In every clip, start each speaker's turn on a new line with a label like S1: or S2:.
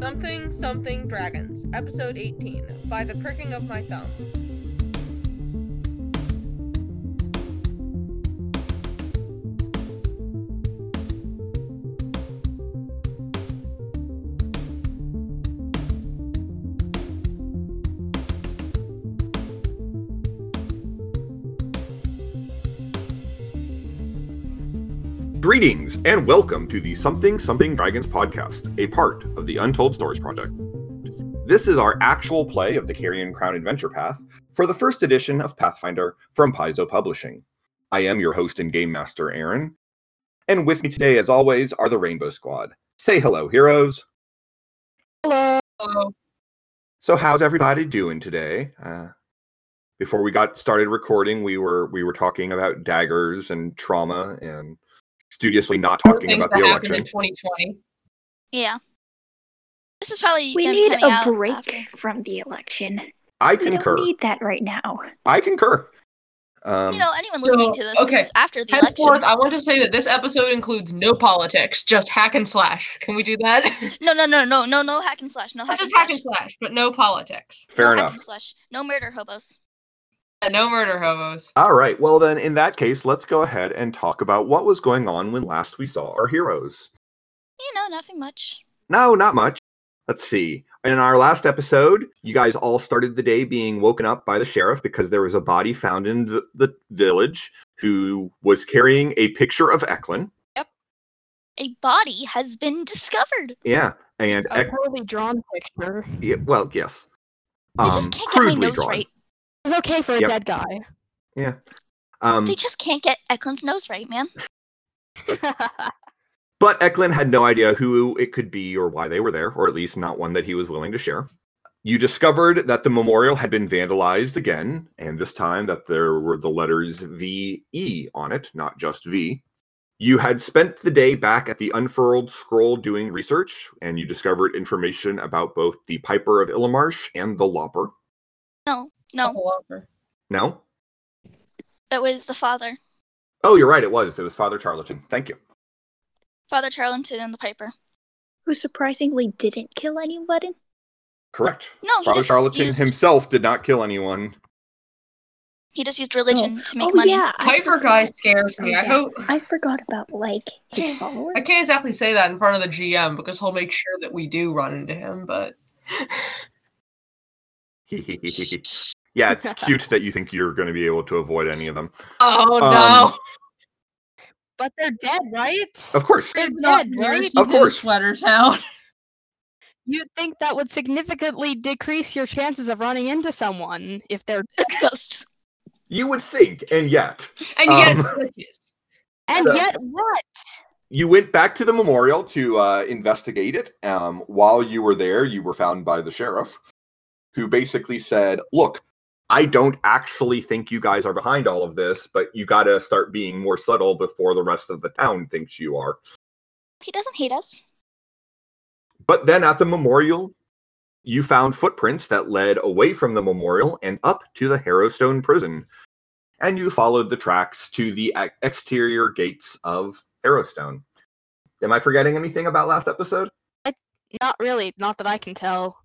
S1: Something Something Dragons, Episode 18, by the pricking of my thumbs.
S2: Greetings and welcome to the Something Something Dragons podcast, a part of the Untold Stories Project. This is our actual play of the Carrion Crown Adventure Path for the first edition of Pathfinder from Paizo Publishing. I am your host and game master, Aaron. And with me today, as always, are the Rainbow Squad. Say hello, heroes.
S3: Hello.
S2: So, how's everybody doing today? Uh, before we got started recording, we were we were talking about daggers and trauma and studiously not talking
S1: things
S2: about
S1: that
S2: the
S1: happened
S2: election.
S1: in 2020
S3: Yeah. This is probably
S4: We
S3: them
S4: need
S3: coming
S4: a
S3: out
S4: break
S3: after-
S4: from the election.
S2: I
S4: We
S2: concur.
S4: don't need that right now.
S2: I concur. Um,
S3: you know, anyone listening
S1: so,
S3: to this,
S1: okay.
S3: this is after the
S1: henceforth
S3: election.
S1: i want to say that this episode includes no politics just hack and slash can we do that
S3: No, no, no, no, no, no hack and slash. No
S1: not
S3: hack and
S1: just hack
S3: slash.
S1: and slash but no politics
S3: no
S2: fair
S3: hack
S2: enough.
S3: and slash. No murder hobos.
S1: and no murder hobos
S2: All right. Well, then, in that case, let's go ahead and talk about what was going on when last we saw our heroes.
S3: You know, nothing much.
S2: No, not much. Let's see. In our last episode, you guys all started the day being woken up by the sheriff because there was a body found in the, the village who was carrying a picture of Eklund.
S3: A body has been discovered.
S2: Yeah. And,
S5: Oh.
S6: A
S2: Ek-
S6: poorly drawn picture.
S2: yeah, well, yes. Um,
S3: They just can't get my nose right.
S6: It's okay for a
S2: Yep.
S6: dead guy.
S2: Um,
S3: They just can't get Eklund's nose right, man.
S2: But Eklund had no idea who it could be or why they were there, or at least not one that he was willing to share. You discovered that the memorial had been vandalized again, and this time that there were the letters VE on it, not just V. You had spent the day back at the Unfurled Scroll doing research, and you discovered information about both the Piper of Illamarsh and the Lopper.
S3: No, no.
S2: No?
S3: It was the father.
S2: Oh, you're right, it was. It was Father Charlatan. Thank you.
S3: Father Charlton and the Piper.
S4: Who surprisingly didn't kill anybody.
S2: Correct.
S3: No, he
S2: Father
S3: just
S2: Charlatan
S3: used
S2: himself did not kill anyone.
S3: he just used religion to make
S4: oh
S3: money.
S4: yeah, I
S1: piper
S4: forgot
S1: guy
S4: about-
S1: scares
S4: oh,
S1: me i
S4: yeah.
S1: hope
S4: I forgot about like his followers.
S1: i can't exactly say that in front of the gm because he'll make sure that we do run into him but
S2: Yeah, it's cute that you think you're going to be able to avoid any of them.
S1: oh
S2: Um,
S6: but they're dead, right?
S2: Of course.
S6: They're dead, right?
S2: Of course.
S1: sweater town
S6: You'd think that would significantly decrease your chances of running into someone if they're
S3: Ghosts.
S2: You would think, and yet.
S1: and you
S2: Um,
S1: get glitches.
S6: And yet
S2: Yes.
S6: what?
S2: You went back to the memorial to uh, investigate it. Um, while you were there, you were found by the sheriff, who basically said, Look, I don't actually think you guys are behind all of this, but you got to start being more subtle before the rest of the town thinks you are.
S3: He doesn't hate us.
S2: But then at the memorial, you found footprints that led away from the memorial and up to the Harrowstone prison. And you followed the tracks to the ex- exterior gates of Harrowstone. Am I forgetting anything about last episode?
S6: Not really, not that I can tell.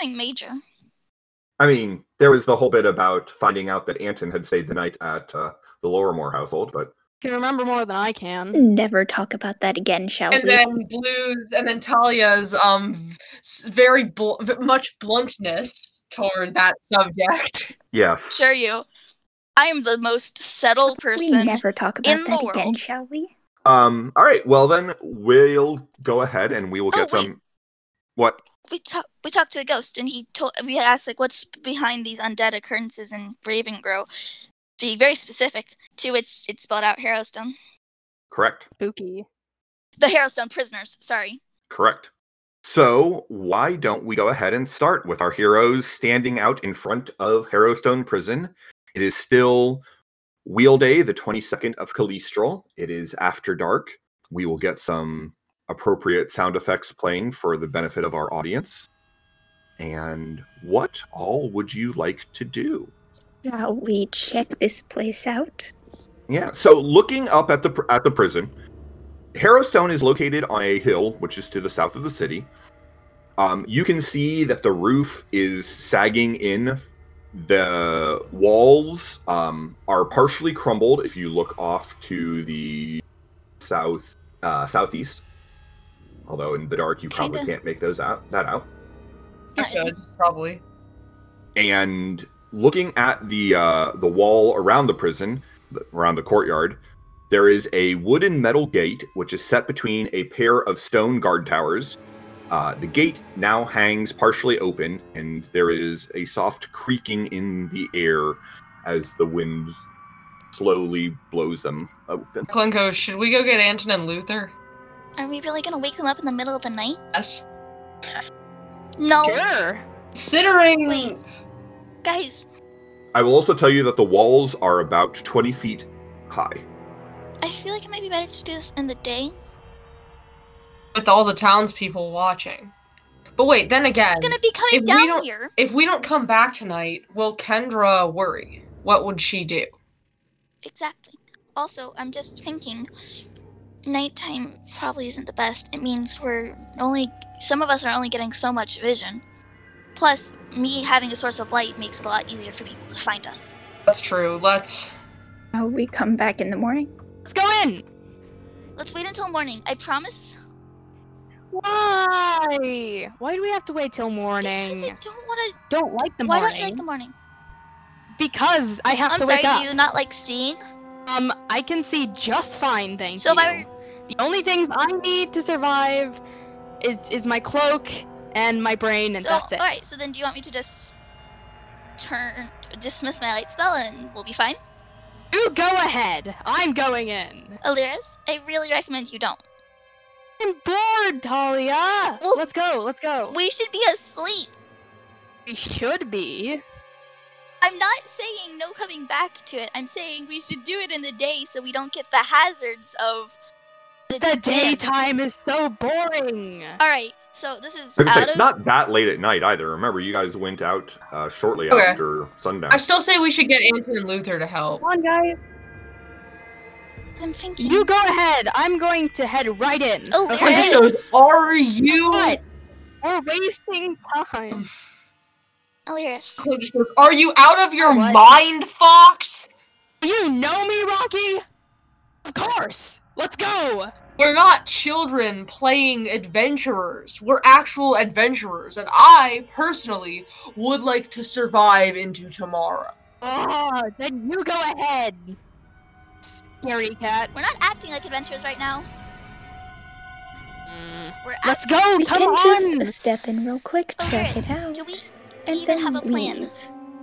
S3: Nothing major.
S2: I mean, there was the whole bit about finding out that Anton had stayed the night at uh, the Lowermore household, but
S6: You can remember more than I
S2: Mm.
S6: can.
S4: Never talk about that again, shall
S1: and
S4: we?
S1: then blues and then talia's um v- s- very bl- v- much bluntness toward that subject
S2: yes.
S3: Sure you. I am the most settled
S4: we
S3: person.
S4: never talk about
S3: in the
S4: that again,
S3: world.
S4: shall we?
S2: Um, all right, well then we'll go ahead and we will
S3: Oh,
S2: get
S3: wait.
S2: some what
S3: we talked we talked to a ghost and he told we asked like what's behind these undead occurrences in Ravengrow to be very specific to which it spelled out Harrowstone
S2: correct.
S6: Spooky.
S3: the Harrowstone prisoners sorry
S2: Correct. So, why don't we go ahead and start with our heroes standing out in front of Harrowstone Prison? It is still Wheel Day, the 22nd of Calistral. It is after dark. We will get some appropriate sound effects playing for the benefit of our audience. And what all would you like to do?
S4: Shall we check this place out?
S2: Yeah. So looking up at the pr- at the prison, Harrowstone is located on a hill which is to the south of the city. Um, you can see that the roof is sagging in. The walls um, are partially crumbled. If you look off to the south uh, southeast, although in the dark you probably
S3: Kinda.
S2: can't make those out that out.
S1: Not good, probably.
S2: and looking at the uh, the wall around the prison, th- around the courtyard, there is a wooden metal gate which is set between a pair of stone guard towers. Uh, the gate now hangs partially open, and there is a soft creaking in the air as the wind slowly blows them open.
S1: Klinko, should we go get Anton and Luther?
S3: Are we really gonna wake them up in the middle of the night?
S1: Yes.
S3: No,
S5: Sure.
S1: Considering
S3: Wait. guys.
S2: I will also tell you that the walls are about 20 feet high.
S3: I feel like it might be better to do this in the day.
S1: with all the townspeople watching. But wait, then again,
S3: It's gonna be coming
S1: If we
S3: down
S1: don't-
S3: here.
S1: if we don't come back tonight, will Kendra worry? What would she do?
S3: Exactly. Also, I'm just thinking, nighttime probably isn't the best. It means we're only some of us are only getting so much vision. Plus, me having a source of light makes it a lot easier for people to find us.
S1: That's true. Let's.
S4: Oh, we come back in the morning.
S5: Let's go in.
S3: Let's wait until morning. I promise.
S5: Why? Why do we have to wait till
S3: Because I
S5: morning?
S3: don't want to.
S5: Don't like the
S3: Why
S5: morning.
S3: don't you like the morning?
S5: Because I have
S3: I'm
S5: to
S3: sorry.
S5: wake up.
S3: Do you not like seeing?
S5: Um, I can see just fine, thank
S3: So
S5: you.
S3: if I
S5: The only things I need to survive is is my cloak and my brain, and
S3: so
S5: that's it.
S3: all right. So then, do you want me to just turn dismiss my light spell and we'll be fine?
S5: You go ahead. I'm going in.
S3: Aliris, I really recommend you don't.
S5: I'm bored, Talia.
S3: Well-
S5: let's go. Let's go.
S3: We should be asleep.
S5: We should be.
S3: I'm not saying no coming back to it. I'm saying we should do it in the day so we don't get the hazards of
S5: The
S3: dim.
S5: daytime is so boring.
S3: All right. So this is
S2: Like I say,
S3: out
S2: it's
S3: of
S2: not that late at night either. Remember, you guys went out uh, shortly
S1: Okay.
S2: after sundown.
S1: I still say we should get Anton and Luther to help.
S5: on, guys.
S3: I'm thinking.
S5: You go ahead. I'm going to head right in.
S3: Oh,
S5: okay?
S3: Yes.
S1: Klinko goes, Are you?
S5: What? We're wasting
S3: Um.
S5: time.
S3: Aliris.
S1: Klinko just goes, Are you out of your
S5: What?
S1: mind, Fox?
S5: You know me, Rocky. Of course. Let's go.
S1: We're not children playing adventurers. We're actual adventurers, and I personally would like to survive into tomorrow.
S5: Oh, then you go ahead. Scary cat.
S3: We're not acting like adventurers right now. We're act-
S5: Let's go.
S4: We
S5: Come
S4: can
S5: on.
S4: just step in real quick,
S3: Oh,
S4: check
S3: yes.
S4: it out,
S3: Do we
S4: and
S3: even
S4: then
S3: have a plan?
S4: leave.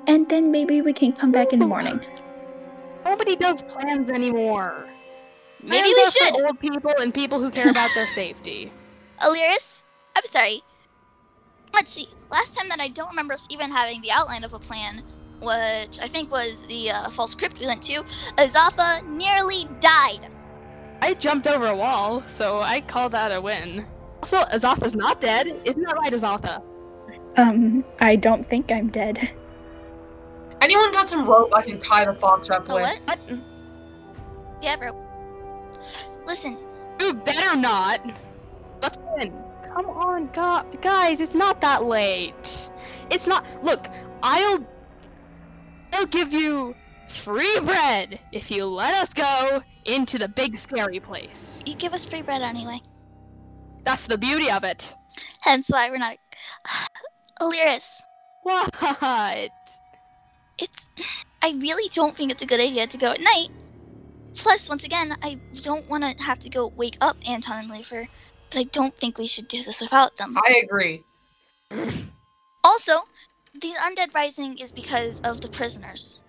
S4: And then maybe we can come back in the morning.
S5: Nobody does plans anymore.
S3: maybe
S5: Plans
S3: we
S5: are for
S3: should.
S5: old people and people who care about their safety.
S3: Aliris, I'm sorry. Let's see. Last time that I don't remember us even having the outline of a plan, which I think was the uh, false crypt we went to. Azatha nearly died.
S5: I jumped over a wall, so I call that a win. Also, Azatha's not dead. Isn't that right, Azatha?
S4: Um, I don't think I'm dead.
S1: Anyone got some rope I can tie the fox up
S3: A
S1: with?
S3: Oh, what?
S5: What?
S3: Yeah, bro. Listen,
S5: You better not. Let's win. Come on, gu- guys. It's not that late. It's not. Look, I'll. I'll give you free bread if you let us go into the big scary place.
S3: you give us free bread anyway.
S5: That's the beauty of it.
S3: Hence why we're not. Aliris,
S5: What?
S3: it's. I really don't think it's a good idea to go at night. Plus, once again, I don't want to have to go wake up Anton and Leifer, but I don't think we should do this without them.
S1: I agree.
S3: Also, the undead rising is because of the prisoners.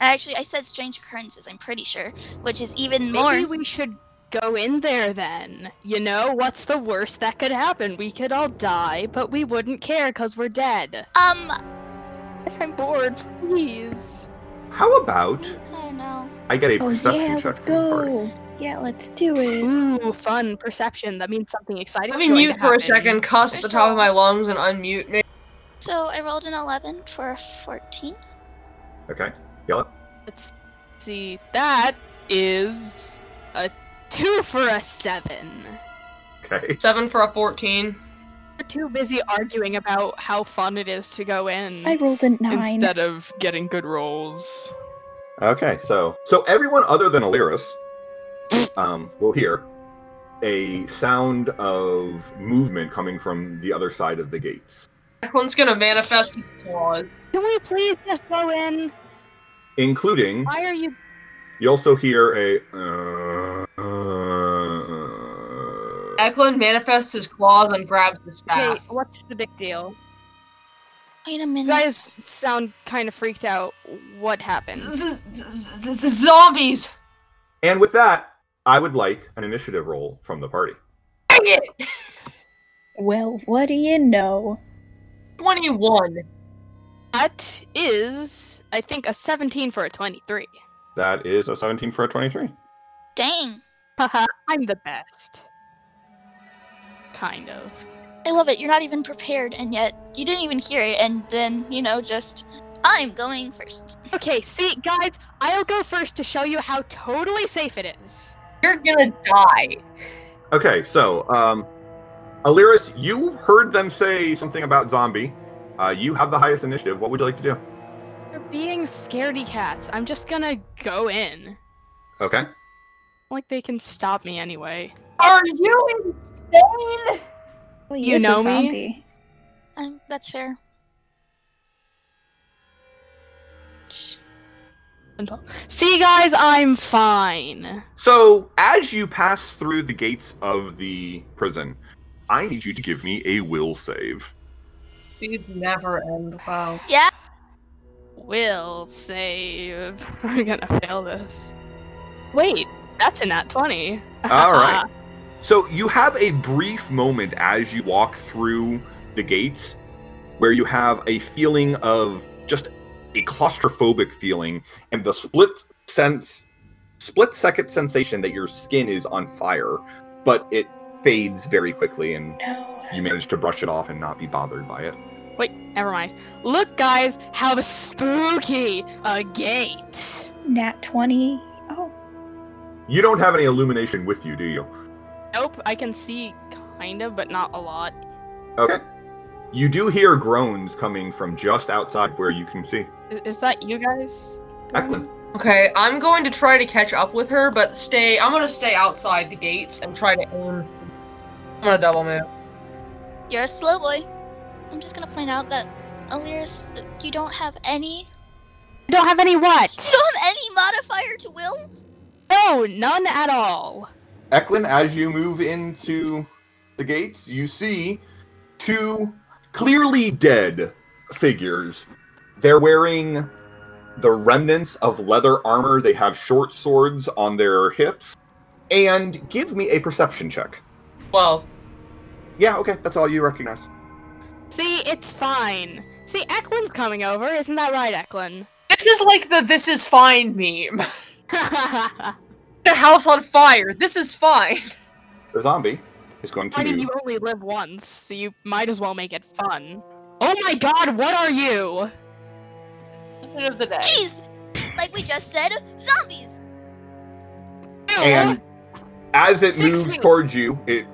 S3: And actually, I said strange occurrences. I'm pretty sure, which is even more.
S5: Maybe we should go in there then. You know, what's the worst that could happen? We could all die, but we wouldn't care because we're dead.
S3: um,
S5: Yes, I'm bored. Please.
S2: How about
S3: I don't know.
S2: I get a
S4: Oh
S2: perception
S4: yeah,
S2: check
S4: let's
S2: from the party?
S4: go. Yeah, let's do it.
S5: Ooh, fun perception. That means something exciting.
S1: Let me mute for a second, cuss at the
S3: There's
S1: top
S3: no-
S1: of my lungs, and unmute me.
S3: So I rolled an 11 for a 14.
S2: Okay, yell it.
S5: Let's see. That is a two for a seven.
S2: Okay.
S1: Seven for a 14.
S5: We're too busy arguing about how fun it is to go in
S4: I rolled a nine.
S5: instead of getting good rolls.
S2: Okay, so so everyone other than Aliris um, will hear a sound of movement coming from the other side of the gates.
S1: Declan's gonna manifest his claws.
S5: Can we please just go in?
S2: Including
S5: Why are you?
S2: you also hear a uh, uh,
S1: Declan manifests his claws and grabs the
S5: Hey,
S1: staff.
S5: what's the big deal?
S3: Wait a
S5: You
S3: minute.
S5: guys sound kind of freaked out. What happened?
S1: Z- z- z- z- Zombies!
S2: and with that, I would like an initiative roll from the party.
S1: Dang it!
S4: Well, what do you know?
S1: 21.
S5: That is, I think, a 17 for a 23.
S2: That is a 17 for a 23.
S3: Dang.
S5: Haha, I'm the best. Kind of.
S3: I love it. You're not even prepared, and yet you didn't even hear it, and then, you know, just, I'm going first.
S5: Okay, see, guys, I'll go first to show you how totally safe it is.
S1: You're gonna die.
S2: Okay, so um, Aliris, you heard them say something about zombie. Uh, you have the highest initiative. What would you like to do?
S5: They're being scaredy cats. I'm just gonna go in.
S2: Okay.
S5: Like, they can stop me anyway.
S1: Are you insane?
S4: Well,
S5: You
S4: it's Oh, a
S5: know me?
S4: zombie.
S3: Um, that's fair.
S5: See, guys, I'm fine.
S2: So, as you pass through the gates of the prison, I need you to give me a will save.
S1: These never end well.
S3: Yeah.
S5: Will save. We're gonna fail this. Wait, that's a nat 20.
S2: All right. So, you have a brief moment as you walk through the gates where you have a feeling of just a claustrophobic feeling and the split sense, split second sensation that your skin is on fire, but it fades very quickly and
S4: No.
S2: you manage to brush it off and not be bothered by it.
S5: Wait, never mind. Look, guys, how spooky a gate.
S4: Nat 20. Oh,
S2: You don't have any illumination with you, do you?
S5: Nope, I can see kind of, but not a lot.
S2: Okay. You do hear groans coming from just outside where you can see.
S5: I- Is that you guys?
S2: Eklund.
S1: Okay, I'm going to try to catch up with her, but stay. I'm gonna stay outside the gates and try to aim. I'm gonna double move.
S3: You're a slow boy. I'm just gonna point out that, Aliris, you don't have any.
S5: I don't have any
S3: You
S5: what?
S3: don't have any modifier to will?
S5: No, none at all.
S2: Eklund, as you move into the gates, you see two clearly dead figures. They're wearing the remnants of leather armor. They have short swords on their hips. And give me a perception check.
S1: Well,
S2: Yeah, okay, that's all you recognize.
S5: See, it's fine. See, Eklund's coming over, isn't that right, Eklund?
S1: this is like the "This is fine" meme. The house on fire. This is fine.
S2: The zombie is going to
S5: I mean,
S2: move.
S5: you only live once, so you might as well make it fun. Oh my god, what are you?
S1: Question of the day.
S3: Jeez! Like we just said, zombies!
S2: and as it
S1: Six
S2: moves
S1: feet.
S2: towards you, it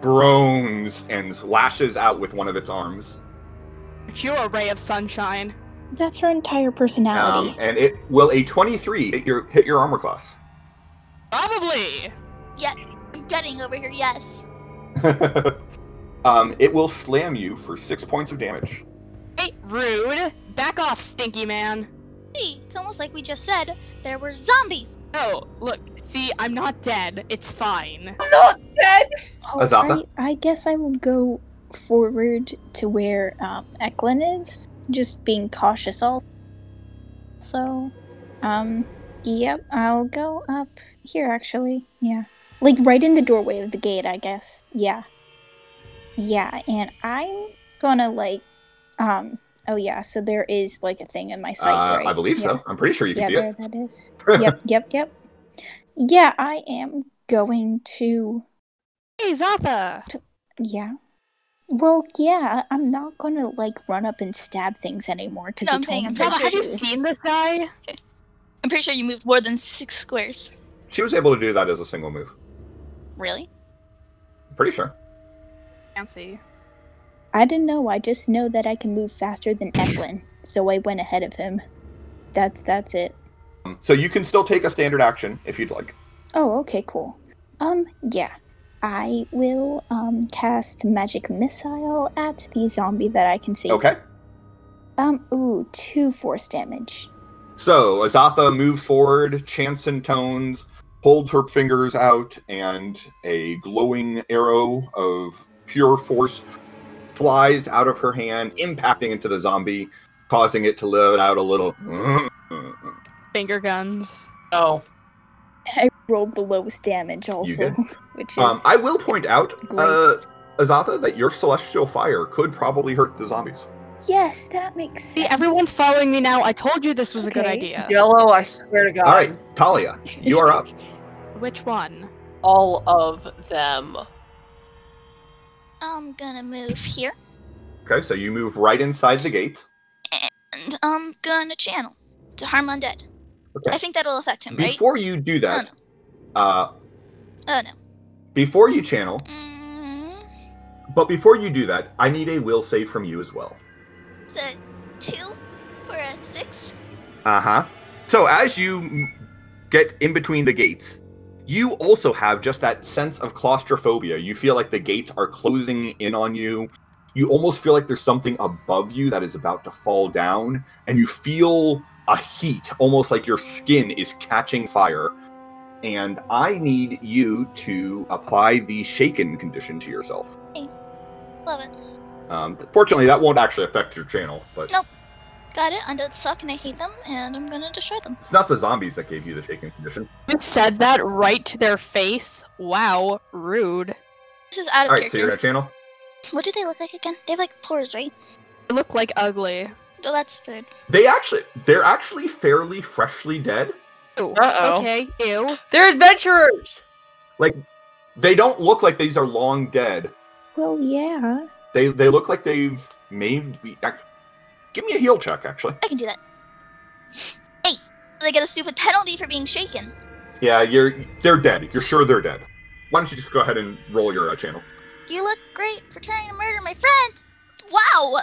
S2: groans and lashes out with one of its arms,
S5: You're a ray of sunshine.
S4: that's her entire personality.
S2: um, and it will a twenty-three hit your hit your armor class.
S5: Probably.
S3: I'm getting over here, yes.
S2: um, it will slam you for six points of damage.
S5: Hey, rude. Back off, stinky man.
S3: Gee, it's almost like we just said there were zombies!
S5: No, Oh, look, see, I'm not dead. It's fine.
S4: Oh,
S2: Azatha?
S4: I, I guess I will go forward to where um, Eklund is, just being cautious also. Um, yep, I'll go up here actually. Yeah. Like right in the doorway of the gate, I guess. Yeah. Yeah, and I'm gonna like, um, oh yeah, so there is like a thing in my sight,
S2: Uh,
S4: right?
S2: I believe
S4: Yeah.
S2: so. I'm pretty sure you can
S4: Yeah,
S2: see it.
S4: there that is. yep, yep, yep. Yeah, I am going to
S5: Hey, Zatha.
S4: yeah. Well, yeah, I'm not gonna like run up and stab things anymore because
S3: No,
S4: you
S3: I'm
S4: told
S3: saying
S4: me
S3: I'm
S4: not
S5: Zatha, have you
S4: to.
S5: seen this guy?
S3: I'm pretty sure you moved more than six squares.
S2: She was able to do that as a single move.
S3: Really?
S2: Pretty sure.
S5: Fancy.
S4: I didn't know. I just know that I can move faster than Eklund, so I went ahead of him. That's that's it.
S2: Um, So you can still take a standard action if you'd like.
S4: Oh, okay, cool. Um, yeah. I will um cast magic missile at the zombie that I can see.
S2: Okay.
S4: Um, ooh, two force damage.
S2: So Azatha moves forward, chants and tones, holds her fingers out, and a glowing arrow of pure force flies out of her hand, impacting into the zombie, causing it to let out a little. Um,
S5: Finger guns.
S1: Oh.
S4: I rolled the lowest damage also,
S2: did.
S4: which is
S2: Um, I will point out,
S4: great.
S2: uh, Azatha, that your celestial fire could probably hurt the zombies.
S4: yes, that makes sense.
S5: See, everyone's following me now. I told you this was a good
S4: Okay.
S5: idea.
S1: Yellow, I swear to God.
S2: All right, Talia, you are up.
S5: Which one?
S7: all of them.
S3: I'm gonna move here
S2: Okay, so you move right inside the gate.
S3: and I'm gonna channel to harm undead.
S2: Okay.
S3: I think that'll affect him, right?
S2: Before you do that, uh,
S3: oh no.
S2: before you channel,
S3: Mm,
S2: But before you do that, I need a will save from you as well.
S3: it's a two for a six.
S2: Uh huh. So as you m- get in between the gates, you also have just that sense of claustrophobia. You feel like the gates are closing in on you. You almost feel like there's something above you that is about to fall down, and you feel a heat, almost like your skin is catching fire. And I need you to apply the shaken condition to yourself.
S3: Love it.
S2: Um, fortunately, that won't actually affect your channel, but
S3: Nope. Got it. Undead suck and I hate them, and I'm gonna destroy them.
S2: It's not the zombies that gave you the shaking condition.
S5: You said that right to their face. Wow, rude.
S3: This is out
S2: All
S3: of
S2: right, so you're
S3: character.
S2: gonna channel.
S3: what do they look like again? They have like pores, right?
S5: They look like ugly.
S3: Oh, that's weird.
S2: They actually, they're actually fairly freshly dead.
S5: Ew.
S7: Uh-oh.
S5: Okay, ew.
S1: They're adventurers!
S2: They don't look like these are long dead.
S4: well, yeah.
S2: They they look like they've maybe. ac- Give me a heal check, actually.
S3: I can do that. Hey, they get a stupid penalty for being shaken.
S2: Yeah, you're they're dead. You're sure they're dead. Why don't you just go ahead and roll your uh, channel?
S3: You look great for trying to murder my friend. Wow,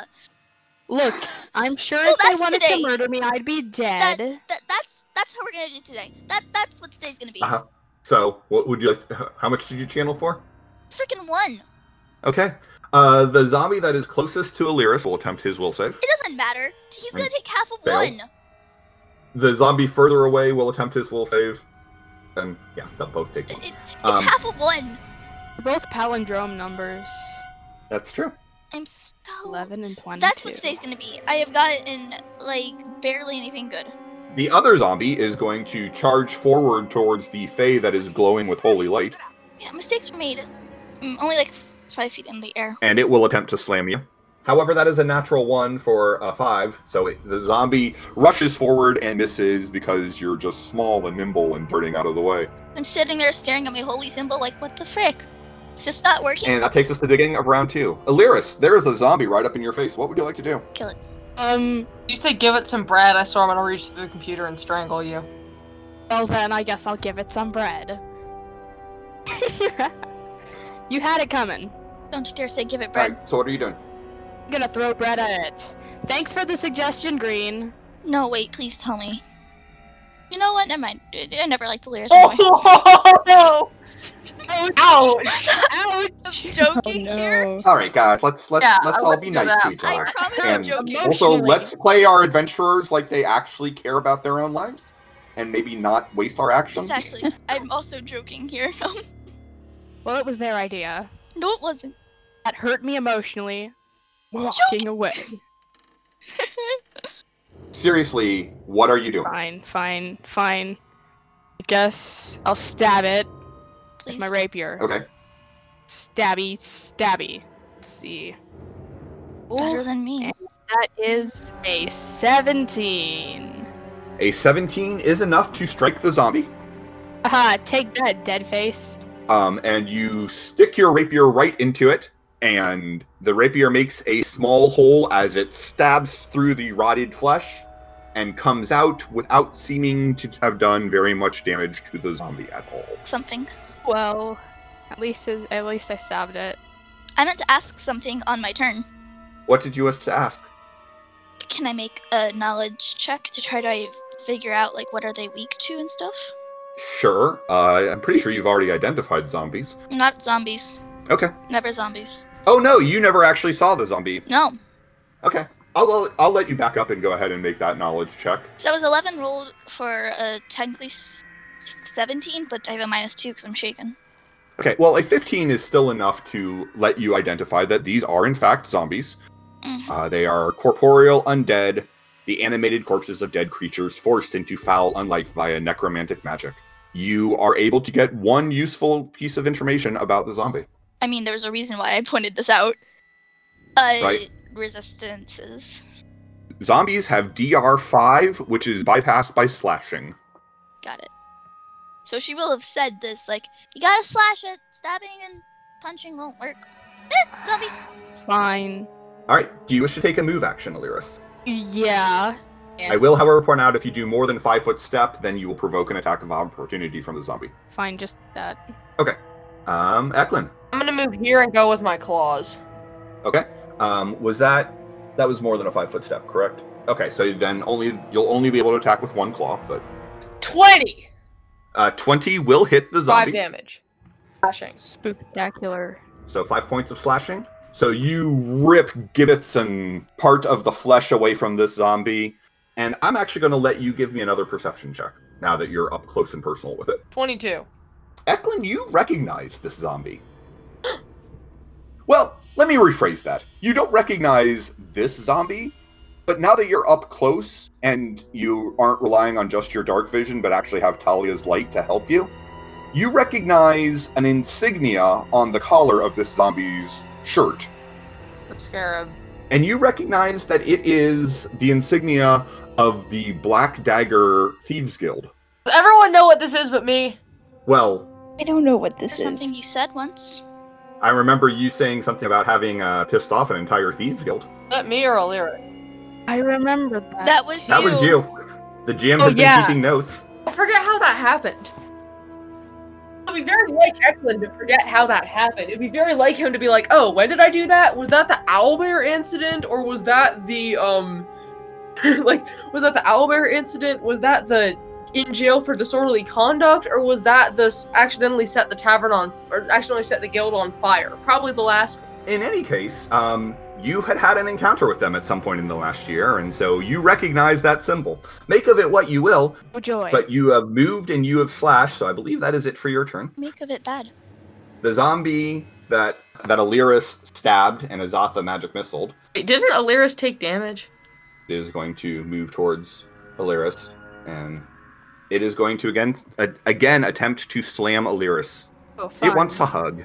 S5: Look, I'm sure
S3: So
S5: if they
S3: that's
S5: wanted
S3: today.
S5: to murder me, I'd be dead.
S3: that that's that's how we're gonna do today. That that's what today's gonna be.
S2: Uh-huh. So, what would you like? To, how much did you channel for?
S3: Freaking one.
S2: Okay. Uh, the zombie that is closest to Illyris will attempt his will save.
S3: It doesn't matter. He's gonna take half of
S2: Mm. Fail.
S3: one.
S2: The zombie further away will attempt his will save. And yeah, they'll both take one.
S3: It, it- it's
S2: Um,
S3: half of one.
S5: They're both palindrome numbers.
S2: That's true.
S3: I'm so.
S5: 11 and 20.
S3: Oh, That's what today's gonna be. I have gotten like barely anything good.
S2: The other zombie is going to charge forward towards the Fey that is glowing with holy light,
S3: Yeah, mistakes were made. Mm, only like f- five feet in the air.
S2: and it will attempt to slam you. However, that is a natural one for a five, so it, the zombie rushes forward and misses because you're just small and nimble and darting out of the way.
S3: I'm sitting there staring at my holy symbol, like, what the frick? Is this not working?
S2: And that takes us to the beginning of round two. Illyris, there is a zombie right up in your face. What would you like to do?
S3: Kill it.
S5: Um,
S1: You say give it some bread, I saw him gonna reach through the computer and strangle you.
S5: well then, I guess I'll give it some bread. you had it coming.
S3: Don't you dare say give it
S2: All
S3: bread.
S2: right, so what are you doing?
S5: I'm gonna throw bread at it. Thanks for the suggestion, Green.
S3: No, wait, please tell me. You know what? Never mind. I I never liked the lyrics anyway.
S1: Oh!
S5: Ouch! Ouch!
S3: Joking here?
S2: All right, guys, let's let's
S1: Yeah, I
S2: let's all be
S1: wouldn't do
S2: nice to
S1: that.
S2: each
S3: I
S2: other.
S3: promise I'm
S2: And
S3: joking.
S5: Emotion-
S2: Also,
S5: Emotionally.
S2: let's play our adventurers like they actually care about their own lives, and maybe not waste our actions.
S3: Exactly. I'm also joking here.
S5: Well, it was their idea.
S3: no, it wasn't.
S5: That hurt me emotionally. Walking away.
S2: Seriously, what are you doing?
S5: Fine, fine, fine. I guess I'll stab it with
S3: Please.
S5: my rapier.
S2: Okay,
S5: Stabby, stabby. Let's see.
S3: Better
S5: Ooh,
S3: than me.
S5: that is a 17.
S2: a 17 is enough to strike the zombie.
S5: Aha, take that, dead face.
S2: Um, and you stick your rapier right into it, and the rapier makes a small hole as it stabs through the rotted flesh and comes out without seeming to have done very much damage to the zombie at all.
S3: Something.
S5: Well, at least, it- at least I stabbed it.
S3: I meant to ask something on my turn.
S2: What did you wish to ask?
S3: Can I make a knowledge check to try to figure out like what are they weak to and stuff?
S2: Sure. Uh, I'm pretty sure you've already identified zombies.
S3: Not zombies.
S2: Okay.
S3: Never zombies.
S2: Oh no, you never actually saw the zombie.
S3: No.
S2: Okay. I'll, I'll I'll let you back up and go ahead and make that knowledge check.
S3: So I was 11 rolled for uh, technically s- 17, but I have a minus two because I'm shaken.
S2: Okay. Well, a 15 is still enough to let you identify that these are in fact zombies.
S3: Mhm.
S2: Uh, they are corporeal undead, the animated corpses of dead creatures forced into foul unlife via necromantic magic. You are able to get one useful piece of information about the zombie.
S3: I mean, there was a reason why I pointed this out. Uh,
S2: Right.
S3: Resistances.
S2: Zombies have DR5, which is bypassed by slashing.
S3: Got it. So she will have said this, like, you gotta slash it. Stabbing and punching won't work. Eh, zombie.
S6: Fine.
S2: All right. Do you wish to take a move action, Aliris?
S6: Yeah.
S2: I will, however, point out if you do more than five foot step, then you will provoke an attack of opportunity from the zombie.
S6: Fine, just that.
S2: Um, Eklund.
S1: I'm gonna move here and go with my claws.
S2: Okay. Um, was that that was more than a five foot step, correct? Okay, so then only you'll only be able to attack with one claw, but
S1: 20!
S2: uh, twenty will hit the zombie.
S1: 5 damage.
S8: Flashing.
S6: Spooktacular.
S2: So five points of slashing. So you rip gibbets and part of the flesh away from this zombie, and I'm actually going to let you give me another perception check now that you're up close and personal with it.
S1: 22.
S2: Eklund, you recognize this zombie. well, let me rephrase that. You don't recognize this zombie, but now that you're up close and you aren't relying on just your dark vision, but actually have Talia's light to help you, you recognize an insignia on the collar of this zombie's shirt.
S1: The scarab.
S2: And you recognize that it is the insignia of the Black Dagger Thieves Guild.
S1: Does everyone know what this is but me?
S2: Well,
S4: I don't know what this
S3: There's something
S4: is.
S3: you said once.
S2: I remember you saying something about having uh, pissed off an entire thieves guild.
S1: Let me or O'Leary?
S6: I remember that.
S3: That was
S2: That
S3: you.
S2: was you. The GM
S1: Oh,
S2: has been
S1: yeah.
S2: keeping notes.
S1: I forget how that happened. It'd be very like Eklund to forget how that happened. It'd be very like him to be like, "Oh, when did I do that? Was that the owlbear incident, or was that the um, like, was that the owlbear incident? Was that the in jail for disorderly conduct, or was that this accidentally set the tavern on, f- or accidentally set the guild on fire? Probably the last.
S2: In any case, um, you had had an encounter with them at some point in the last year, and so you recognize that symbol. Make of it what you will,
S6: Oh, joy.
S2: but you have moved and you have slashed, so I believe that is it for your turn.
S3: Make of it bad.
S2: The zombie that that Aliris stabbed and Azatha magic missiled
S1: Wait, didn't Aliris take damage?
S2: is going to move towards Aliris, and it is going to again a, again attempt to slam Aliris.
S6: Oh,
S2: It wants
S6: fine.
S2: a hug.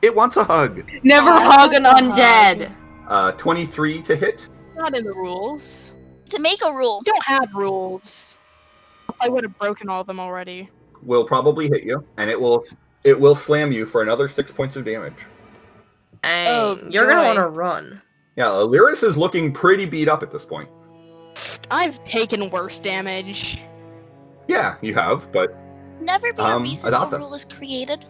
S2: It wants a hug.
S1: Never
S6: Oh,
S1: hug an
S6: that's a hug.
S1: undead.
S2: Uh, 23 to hit.
S6: Not in the rules.
S3: To make a rule.
S6: We don't have rules. I would have broken all of them already.
S2: Will probably hit you, and it will it will slam you for another six points of damage.
S6: Oh,
S1: Dang, you're gonna
S6: joy.
S1: want to run.
S2: Yeah, Lyris is looking pretty beat up at this point.
S6: I've taken worse damage.
S2: Yeah, you have, but
S3: Never be
S2: Um,
S3: a reason
S2: Adolfo.
S3: a rule is created.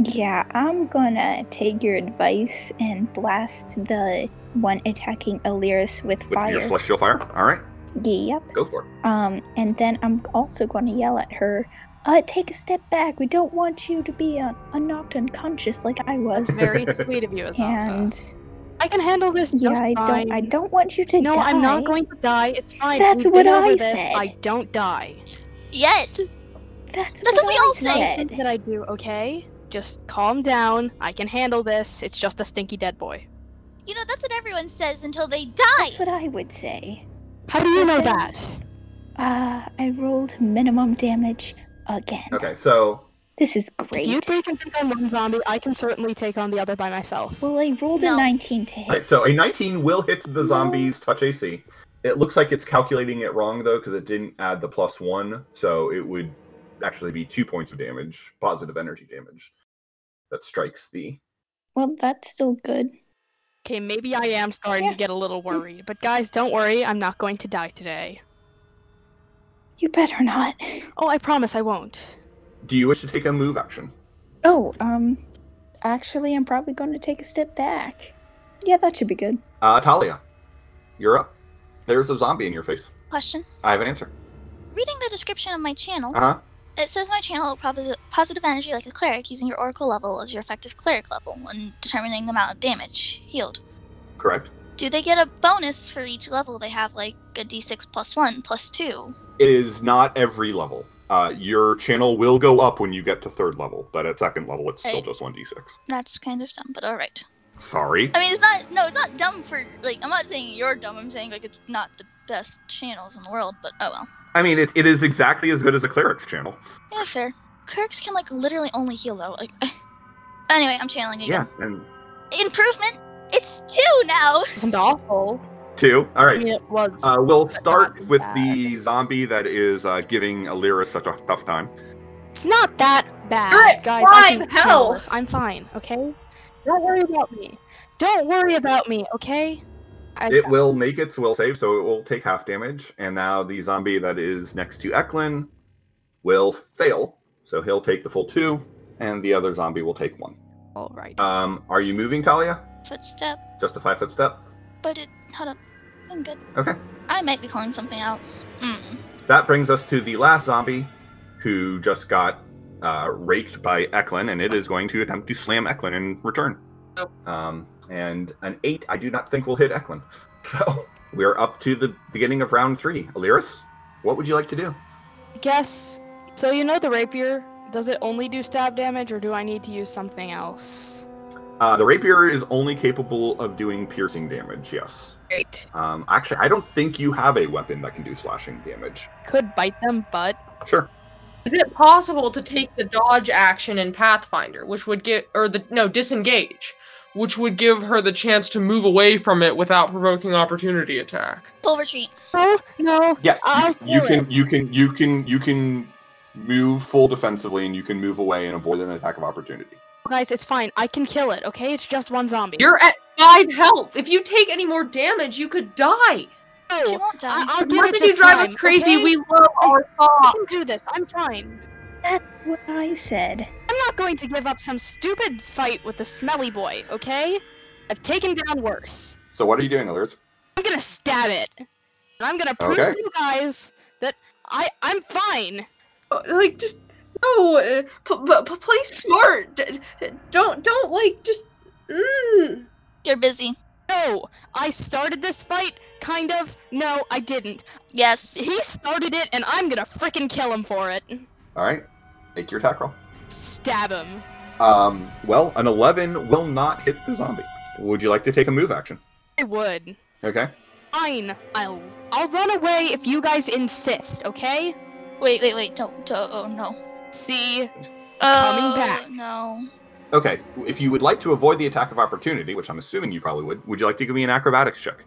S4: Yeah, I'm gonna take your advice and blast the one attacking Aliris with
S2: with your
S4: fire.
S2: celestial fire. All right,
S4: Yep.
S2: go for it.
S4: Um, and then I'm also gonna yell at her. Uh, take a step back. We don't want you to be uh, uh, knocked unconscious like I
S6: That's
S4: was.
S6: very sweet of you, Azalea.
S4: And
S6: I can handle this just
S4: yeah, I
S6: fine.
S4: don't. I don't want you to
S6: No,
S4: die.
S6: I'm not going to die. It's fine.
S4: That's
S6: We've
S4: what
S6: been over
S4: I
S6: this.
S4: said.
S6: I don't die.
S3: Yet.
S4: That's,
S3: That's what we
S4: I
S3: all
S6: It's
S3: say.
S6: not
S4: said.
S6: something that I do, okay? Just calm down. I can handle this. It's just a stinky dead boy.
S3: You know, that's what everyone says until they die.
S4: That's what I would say.
S6: How do you know
S4: Okay.
S6: that?
S4: Uh, I rolled minimum damage again.
S2: Okay, so
S4: This is
S6: If
S4: great.
S6: you three can take on one zombie, I can certainly take on the other by myself.
S4: Well, I rolled
S3: No.
S4: a 19 to hit.
S2: all right, so a 19 will hit the zombie's touch AC. It looks like it's calculating it wrong though, because it didn't add the plus one, so it would actually be two points of damage, positive energy damage, that strikes the
S4: Well, that's still good.
S6: Okay, maybe I am starting
S4: Yeah.
S6: to get a little worried. But guys, don't worry. I'm not going to die today.
S4: You better not.
S6: Oh, I promise I won't.
S2: Do you wish to take a move action?
S4: Oh, um, actually, I'm probably going to take a step back. Yeah, that should be good.
S2: Uh, Talia, you're up. There's a zombie in your face.
S3: Question.
S2: I have an answer.
S3: Reading the description of my channel,
S2: Uh huh.
S3: it says my channel will probably positive energy like a cleric using your oracle level as your effective cleric level when determining the amount of damage healed.
S2: Correct.
S3: Do they get a bonus for each level they have, like a d6 plus 1, plus 2?
S2: It is not every level. Uh, your channel will go up when you get to third level, but at second level, it's still
S5: Hey.
S2: just 1d6.
S3: That's kind of dumb, but alright.
S2: Sorry.
S3: I mean, it's not, no, it's not dumb for, like, I'm not saying you're dumb, I'm saying, like, it's not the best channels in the world, but oh well.
S2: I mean, it, it is exactly as good as a cleric's channel.
S3: Yeah, fair. Clerics can, like, literally only heal, though. Like, anyway, I'm channeling
S2: Yeah.
S3: again.
S2: And
S3: Improvement? It's 2 now!
S5: Isn't awful.
S2: two. All
S5: I
S2: right.
S5: mean, it was.
S2: Uh, we'll start
S5: Not
S2: with
S5: bad.
S2: the zombie that is uh, giving Alira such a tough time.
S5: it's not that bad,
S1: You're at
S5: guys. I
S1: five
S5: can handle
S1: health.
S5: this. I'm fine. Okay. Don't worry about me. Don't worry about me. Okay. I,
S2: It will make its will save, so it will take half damage. And now the zombie that is next to Eklund will fail, so he'll take the full two, and the other zombie will take one.
S5: all right.
S2: Um, are you moving, Talia?
S3: Footstep,
S2: Just a five foot step.
S3: but it, hold up. I'm good.
S2: Okay.
S3: I might be pulling something out. Mm.
S2: That brings us to the last zombie, who just got uh, raked by Eklund, and it is going to attempt to slam Eklund in return.
S1: Nope.
S2: Um, and an eight, I do not think will hit Eklund. So we are up to the beginning of round three. Aliris, what would you like to do?
S5: I guess. So you know the rapier. Does it only do stab damage, or do I need to use something else?
S2: Uh, the rapier is only capable of doing piercing damage. Yes.
S5: Great.
S2: Um, actually, I don't think you have a weapon that can do slashing damage.
S5: Could bite them, but
S2: Sure.
S1: Is it possible to take the dodge action in Pathfinder, which would get or the no disengage, which would give her the chance to move away from it without provoking opportunity attack?
S3: Full retreat.
S5: oh no.
S2: Yes.
S5: I'll
S2: You, you
S5: do
S2: can. You can. You can. You can move full defensively, and you can move away and avoid an attack of opportunity.
S5: Guys, it's fine. I can kill it. Okay, it's just one zombie.
S1: You're at five health. If you take any more damage, you could die.
S5: No,
S3: She won't die.
S5: I- I'll
S1: As
S5: give
S1: much
S5: it
S1: as
S5: this
S1: you drive
S5: time,
S1: us crazy,
S5: okay?
S1: we love our
S5: I
S1: thoughts.
S5: can do this. I'm fine.
S4: That's what I said.
S5: I'm not going to give up some stupid fight with the smelly boy. Okay, I've taken down worse.
S2: So what are you doing, Aliris?
S5: I'm gonna stab it, and I'm gonna prove
S2: Okay.
S5: to you guys that I I'm fine.
S1: Uh, like just no uh, p- p- p- play smart D- d- don't don't like just mm.
S3: You're busy.
S5: No, I started this fight. Kind of. No, I didn't.
S3: Yes.
S5: He started it, and I'm gonna frickin' kill him for it.
S2: All right. Make your attack roll.
S5: Stab him.
S2: Um. Well, an eleven will not hit the zombie. Would you like to take a move action?
S5: I would.
S2: Okay.
S5: Fine. I'll I'll run away if you guys insist. Okay.
S3: Wait, wait, wait. Don't, don't. Oh, no.
S5: See.
S3: Oh,
S5: back.
S3: No.
S2: Okay. If you would like to avoid the attack of opportunity, which I'm assuming you probably would, would you like to give me an acrobatics check?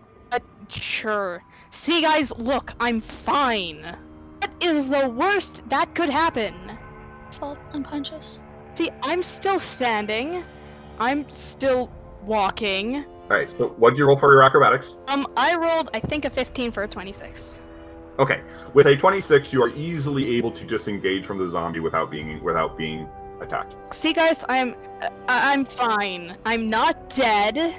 S5: Sure. See, guys, look, I'm fine. What is the worst that could happen?
S3: Fall unconscious.
S5: See, I'm still standing. I'm still walking.
S2: All right. So what'd you roll for your acrobatics?
S5: Um, I rolled, I think, a 15 for a 26.
S2: Okay. With a 26, you are easily able to disengage from the zombie without being without being attacked.
S5: See, guys, I'm, I- I'm fine. I'm not dead.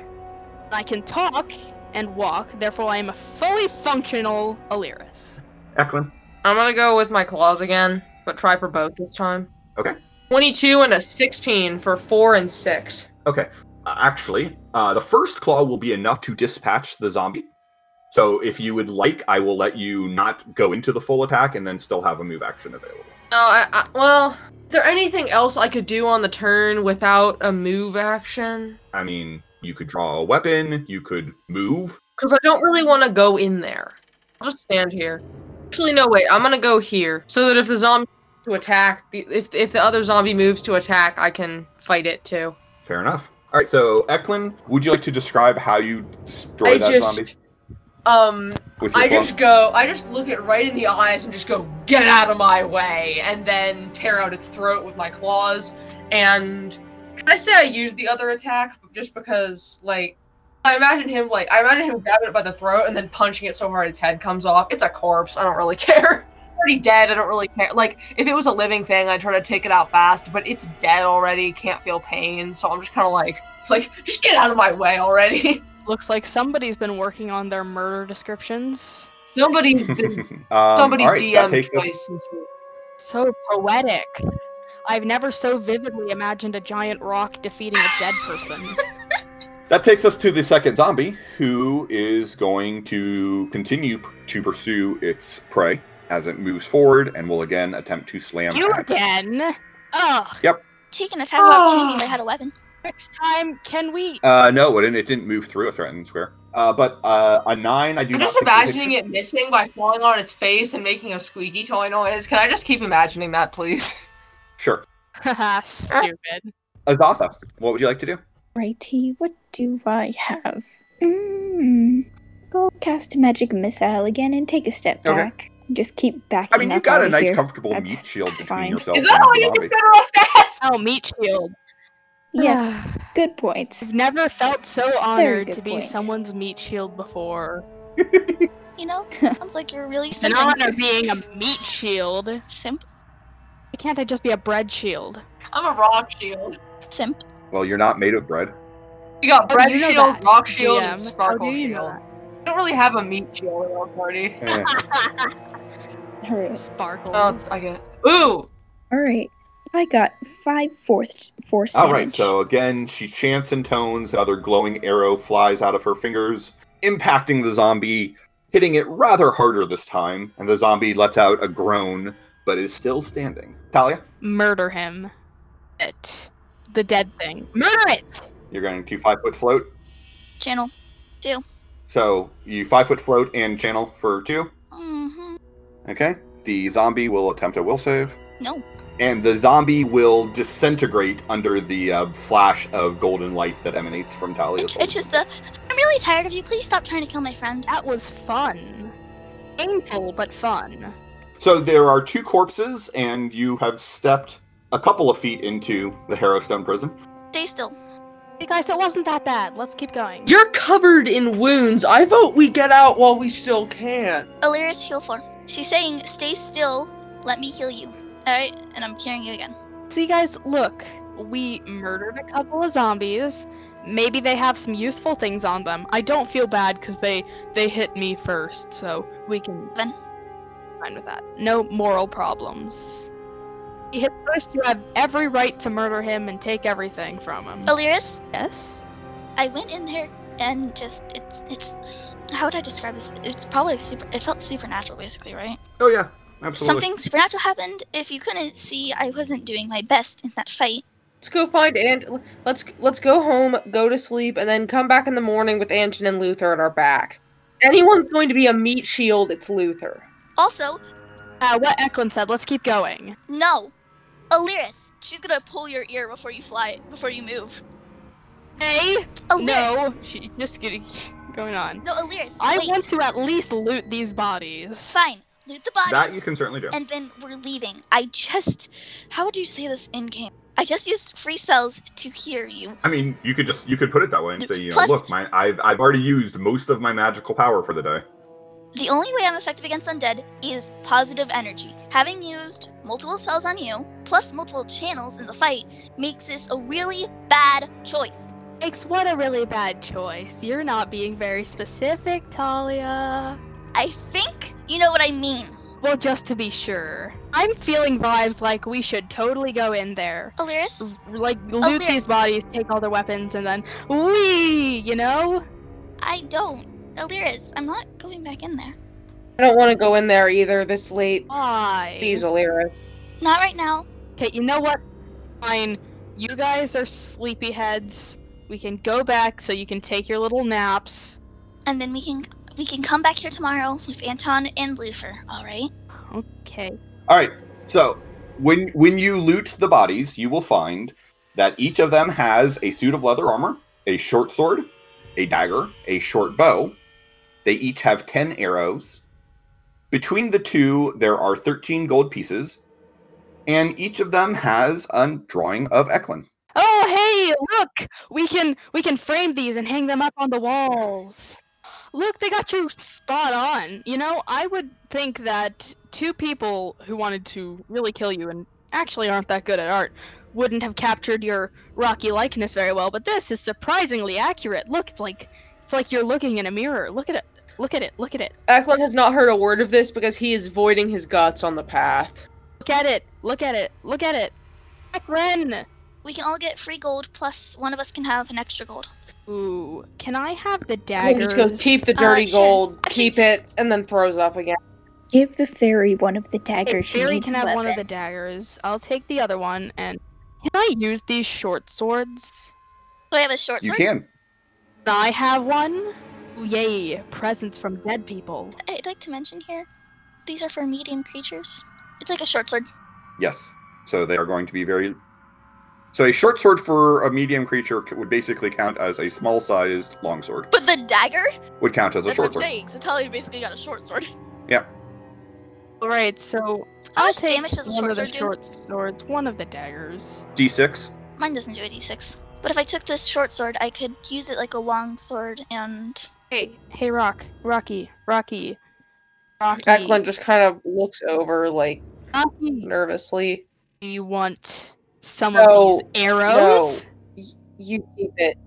S5: I can talk and walk. Therefore, I am a fully functional Aliris.
S2: Eklund.
S1: i'm gonna go with my claws again but try for both this time
S2: Okay.
S1: 22 and a 16 for 4 and 6
S2: Okay. Uh, actually, uh, the first claw will be enough to dispatch the zombie. So if you would like, I will let you not go into the full attack and then still have a move action available.
S1: no I, I well is there anything else i could do on the turn without a move action
S2: I mean, you could draw a weapon, you could move.
S1: because i don't really want to go in there i'll just stand here actually no wait i'm gonna go here so that if the zombie to attack the- if, if the other zombie moves to attack i can fight it too
S2: Fair enough. All right, so Eklund, would you like to describe how you destroy
S1: I
S2: that
S1: just-
S2: zombie
S1: Um,
S2: with your
S1: I
S2: claw?
S1: just go, I just look it right in the eyes and just go, get out of my way, and then tear out its throat with my claws. And can I say I used the other attack just because, like, I imagine him like I imagine him grabbing it by the throat and then punching it so hard its head comes off. It's a corpse. I don't really care. Already dead. I don't really care. Like if it was a living thing, I'd try to take it out fast, but it's dead already. Can't feel pain, so I'm just kind of like like just get out of my way already.
S5: Looks like somebody's been working on their murder descriptions.
S1: Somebody's been-
S2: Um,
S1: somebody's
S2: all right, that
S1: DM
S2: takes us-
S1: twice. since we-
S5: So poetic. I've never so vividly imagined a giant rock defeating a dead person.
S2: That takes us to the second zombie, who is going to continue p- to pursue its prey as it moves forward and will again attempt to slam.
S5: you
S2: at it.
S5: again? Ugh.
S3: Take an attack of opportunity if I had a weapon.
S5: Next time, can we?
S2: Uh, no, it didn't, it didn't move through a threatened square. Uh, but uh, a nine, I do
S1: I'm
S2: not
S1: just
S2: think will hit
S1: imagining
S2: you.
S1: it missing by falling on its face and making a squeaky toy noise. Can I just keep imagining that, please?
S2: Sure.
S1: Uh,
S5: Haha, Stupid.
S2: Azatha, what would you like to do?
S4: Righty, what do I have? Mm. Go cast a magic missile again and take a step
S2: Okay.
S4: back. Just keep backing
S2: I mean, you've
S4: up
S2: got
S4: outta
S2: a nice,
S4: here.
S2: comfortable
S4: That's
S2: meat shield between
S4: fine.
S2: yourself
S1: Is that
S2: and
S1: all
S2: the
S1: you
S2: zombie.
S1: consider us as?
S5: Oh, meat shield.
S4: Yes,
S6: Ah.
S4: good point.
S5: I've never felt so honored
S4: good
S5: to be
S4: point.
S5: someone's meat shield before.
S3: You know, sounds like you're really
S5: An
S3: simple.
S5: honor being a meat shield. Why
S3: Simp.
S5: can't I just be a bread shield?
S1: I'm a rock shield.
S3: Simp.
S2: Well, you're not made of bread.
S1: We got
S5: How do
S1: bread
S5: you know
S1: shield,
S5: that,
S1: rock shield,
S5: DM? How
S1: and sparkle
S5: do you know
S1: shield. We don't really have a meat shield in our party.
S2: Eh.
S5: that?
S4: Alright.
S5: Sparkles.
S1: Oh, I get. Ooh,
S4: Alright. I got five force force
S2: All right,
S4: damage.
S2: so again, she chants and tones, another glowing arrow flies out of her fingers, impacting the zombie, hitting it rather harder this time, and the zombie lets out a groan, but is still standing. Talia,
S5: Murder him. It. The dead thing. Murder it.
S2: you're going to five foot float.
S3: Channel.
S2: So you five foot float and channel for two.
S3: hmm
S2: Okay. The zombie will attempt a will save.
S3: No.
S2: And the zombie will disintegrate under the uh, flash of golden light that emanates from Talia's.
S3: It's, it's just the. I'm really tired of you. Please stop trying to kill my friend.
S5: That was fun. Painful but fun.
S2: So there are two corpses, and you have stepped a couple of feet into the Harrowstone prison.
S3: Stay still.
S5: Hey guys, it wasn't that bad. Let's keep going.
S1: you're covered in wounds. I vote we get out while we still can.
S3: Illyris, heal for. She's saying, stay still. Let me heal you. Alright? And I'm curing you again.
S5: See, guys, look, we murdered a couple of zombies. Maybe they have some useful things on them. I don't feel bad because they they hit me first, so we can
S3: Then.
S5: fine with that. No moral problems. He hit first. You have every right to murder him and take everything from him.
S3: Illyris,
S5: yes.
S3: I went in there and just. It's. It's. How would I describe this? It's probably super. It felt supernatural, basically, right?
S2: Oh yeah, absolutely.
S3: Something supernatural happened. If you couldn't see, I wasn't doing my best in that fight.
S1: Let's go find Ant. Let's let's go home, go to sleep, and then come back in the morning with Anton and Luther at our back. If Anyone's going to be a meat shield. It's Luther.
S3: Also,
S5: Uh, what Eklund said. Let's keep going.
S3: no. Illyris, she's gonna pull your ear before you fly, before you move.
S5: Hey.
S3: Illyris!
S5: No. She just kidding. Going on.
S3: No, Illyris.
S5: I
S3: wait.
S5: want to at least loot these bodies.
S3: Fine. Loot the bodies.
S2: that you can certainly do.
S3: and then we're leaving. I just. How would you say this in game? I just used free spells to hear you.
S2: I mean, you could just you could put it that way and say, you know,
S3: Plus-
S2: look, my I've I've already used most of my magical power for the day.
S3: The only way I'm effective against undead is positive energy. Having used multiple spells on you, plus multiple channels in the fight, makes this a really bad choice.
S5: Makes what a really bad choice. You're not being very specific, Talia.
S3: I think you know what I mean.
S5: Well, just to be sure, I'm feeling vibes like we should totally go in there,
S3: Alaris,
S5: r- like loot
S3: there-
S5: these bodies, take all their weapons, and then we, you know,
S3: I don't. Alaris, I'm not going back in there.
S1: I don't want to go in there either this late.
S5: why?
S1: These Alaris.
S3: Not right now.
S5: Okay, you know what? Fine. You guys are sleepyheads. We can go back so you can take your little naps.
S3: And then we can we can come back here tomorrow with Anton and Lufer, alright?
S5: Okay.
S2: All right. So when when you loot the bodies, you will find that each of them has a suit of leather armor, a short sword, a dagger, a short bow. They each have ten arrows. Between the two, there are thirteen gold pieces, and each of them has a drawing of Eklund.
S5: Oh, hey, look! We can we can frame these and hang them up on the walls. Look, they got you spot on. You know, I would think that two people who wanted to really kill you and actually aren't that good at art wouldn't have captured your rocky likeness very well, but this is surprisingly accurate. Look, it's like it's
S6: It's like you're looking in a mirror. Look at it. Look at it. Look at it.
S1: Eklund has not heard a word of this because he is voiding his guts on the path.
S6: Look at it. Look at it. Look at it. Ekren.
S3: We can all get free gold, plus one of us can have an extra gold.
S6: Ooh. Can I have the
S1: He
S6: daggers?
S1: just goes, keep the
S3: Uh,
S1: dirty
S3: sure.
S1: gold, keep it, and then throws up again.
S4: Give the fairy one of the daggers.
S6: Okay,
S4: she
S6: Barry
S4: needs
S6: can
S4: a
S6: have one of the
S4: weapon.
S6: daggers. I'll take the other one. And can I use these short swords?
S3: Do I have a short
S9: You
S3: sword?
S9: can.
S6: I have one. Ooh, Yay! Presents from dead people.
S3: I'd like to mention here, these are for medium creatures. It's like a short sword.
S9: Yes. So they are going to be very. So a short sword for a medium creature c- would basically count as a small sized long sword.
S3: But the dagger?
S9: Would count as a
S8: That's
S9: short
S8: what I'm
S9: sword.
S8: saying. So Talia basically got a short sword.
S6: All right, so
S3: How
S6: I'll
S3: much
S6: take
S3: damage does a
S6: one of
S3: short
S6: the
S3: sword do?
S6: short swords, one of the daggers.
S9: D6.
S3: Mine doesn't do a d6. But if I took this short sword, I could use it like a long sword and.
S6: Hey, hey, Rock, Rocky, Rocky, Rocky.
S1: Eklund just kind of looks over, like,
S6: Rocky.
S1: nervously.
S6: Do you want some of
S1: No,
S6: these arrows?
S1: You keep it.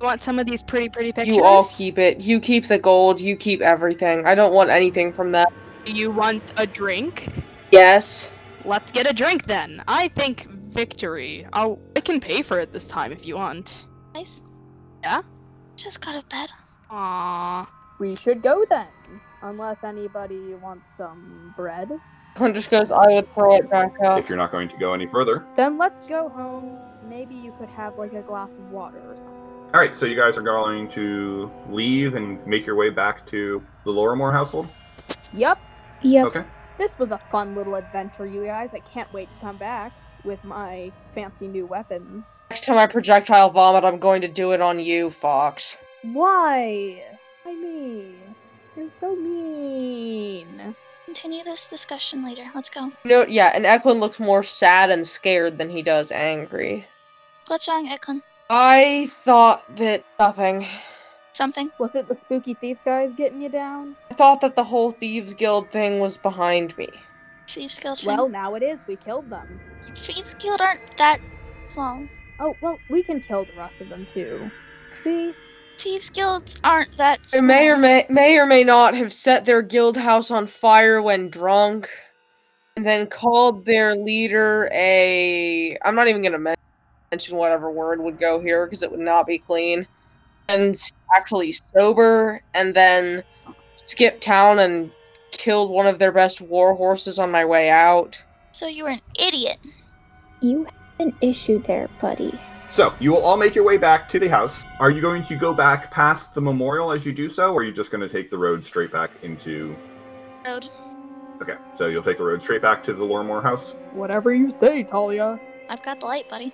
S6: You want some of these pretty, pretty pictures?
S1: You all keep it. You keep the gold. You keep everything. I don't want anything from that.
S6: Do you want a drink?
S1: Yes.
S6: Let's get a drink then. I think victory. I'll, I can pay for it this time if you want.
S3: Nice.
S6: Yeah?
S3: Just got out of bed.
S6: Aww.
S5: We should go then. Unless anybody wants some bread.
S1: Eklund just goes, I would throw it back up.
S2: If you're not going to go any further.
S5: Then let's go home. Maybe you could have like a glass of water or something.
S2: All right, so you guys are going to leave and make your way back to the Lorimore household.
S5: Yup.
S4: Yep.
S2: Okay.
S5: This was a fun little adventure, you guys. I can't wait to come back with my fancy new weapons.
S1: Next time I projectile vomit, I'm going to do it on you, Fox.
S5: Why? I mean, you're so mean.
S3: Continue this discussion later. Let's go.
S1: No, yeah, and Eklund looks more sad and scared than he does angry.
S3: What's wrong, Eklund?
S1: I thought that nothing.
S3: Something?
S5: Was it the spooky thief guys getting you down?
S1: I thought that the whole Thieves Guild thing was behind me.
S3: Thieves Guild? thing?
S5: Well, now it is. We killed them.
S3: Thieves Guild aren't that. Well,
S5: Oh, well, we can kill the rest of them too. See?
S3: Thieves Guilds aren't that.
S1: They may or
S3: small.
S1: may, may or may not have set their guild house on fire when drunk, and then called their leader a. I'm not even gonna men- mention whatever word would go here because it would not be clean. And s- actually sober, and then skipped town and killed one of their best war horses on my way out.
S3: So you were an idiot.
S4: You have an issue there, buddy.
S2: So you will all make your way back to the house. Are you going to go back past the memorial as you do so, or are you just going to take the road straight back into?
S3: Road.
S2: Okay, so you'll take the road straight back to the Lorimore house.
S5: Whatever you say, Talia.
S3: I've got the light, buddy.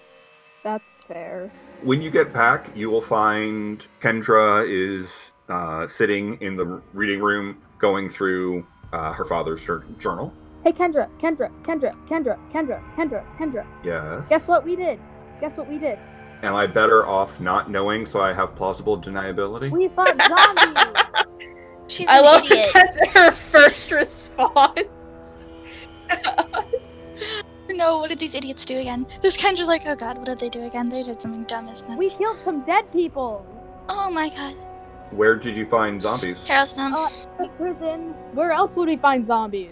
S5: That's fair.
S2: When you get back, you will find Kendra is uh, sitting in the reading room, going through uh, her father's jour- journal.
S5: Hey, Kendra, Kendra, Kendra, Kendra, Kendra, Kendra, Kendra.
S2: Yes.
S5: Guess what we did? Guess what we did?
S2: Am I better off not knowing so I have plausible deniability?
S5: We fought zombies!
S3: She's
S1: I
S3: an
S1: love
S3: idiot.
S1: that that's her first response.
S3: No, what did these idiots do again? This Kendra's like, oh god, what did they do again? They did something dumb, isn't it?
S5: we killed some dead people!
S3: Oh my god.
S2: Where did you find zombies?
S3: Harrowstone.
S1: Oh.
S5: Uh, the prison. Where else would we find zombies?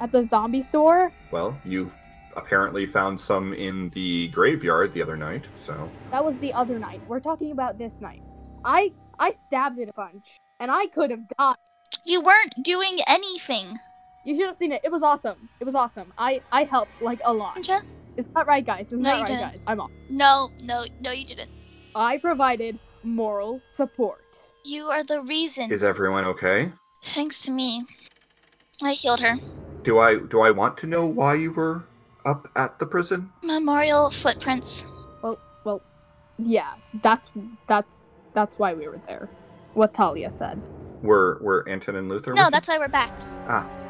S5: At the zombie store?
S2: Well, you apparently found some in the graveyard the other night, so.
S5: That was the other night. We're talking about this night. I I stabbed it a bunch, and I could have died.
S3: you weren't doing anything.
S5: You should have seen it. It was awesome. It was awesome. I I helped like a lot.
S3: Kendra?
S5: It's not right, guys. It's
S3: No,
S5: not
S3: you
S5: right,
S3: didn't.
S5: guys. I'm off.
S3: No, no, no, you didn't.
S5: I provided moral support.
S3: You are the reason.
S2: Is everyone okay?
S3: Thanks to me. I healed her.
S2: Do I do I want to know why you were up at the prison?
S3: Memorial footprints.
S5: Well, yeah. That's that's that's why we were there. What Talia said.
S2: Were were Anton and Luther? with
S3: No,
S2: you?
S3: that's why we're back.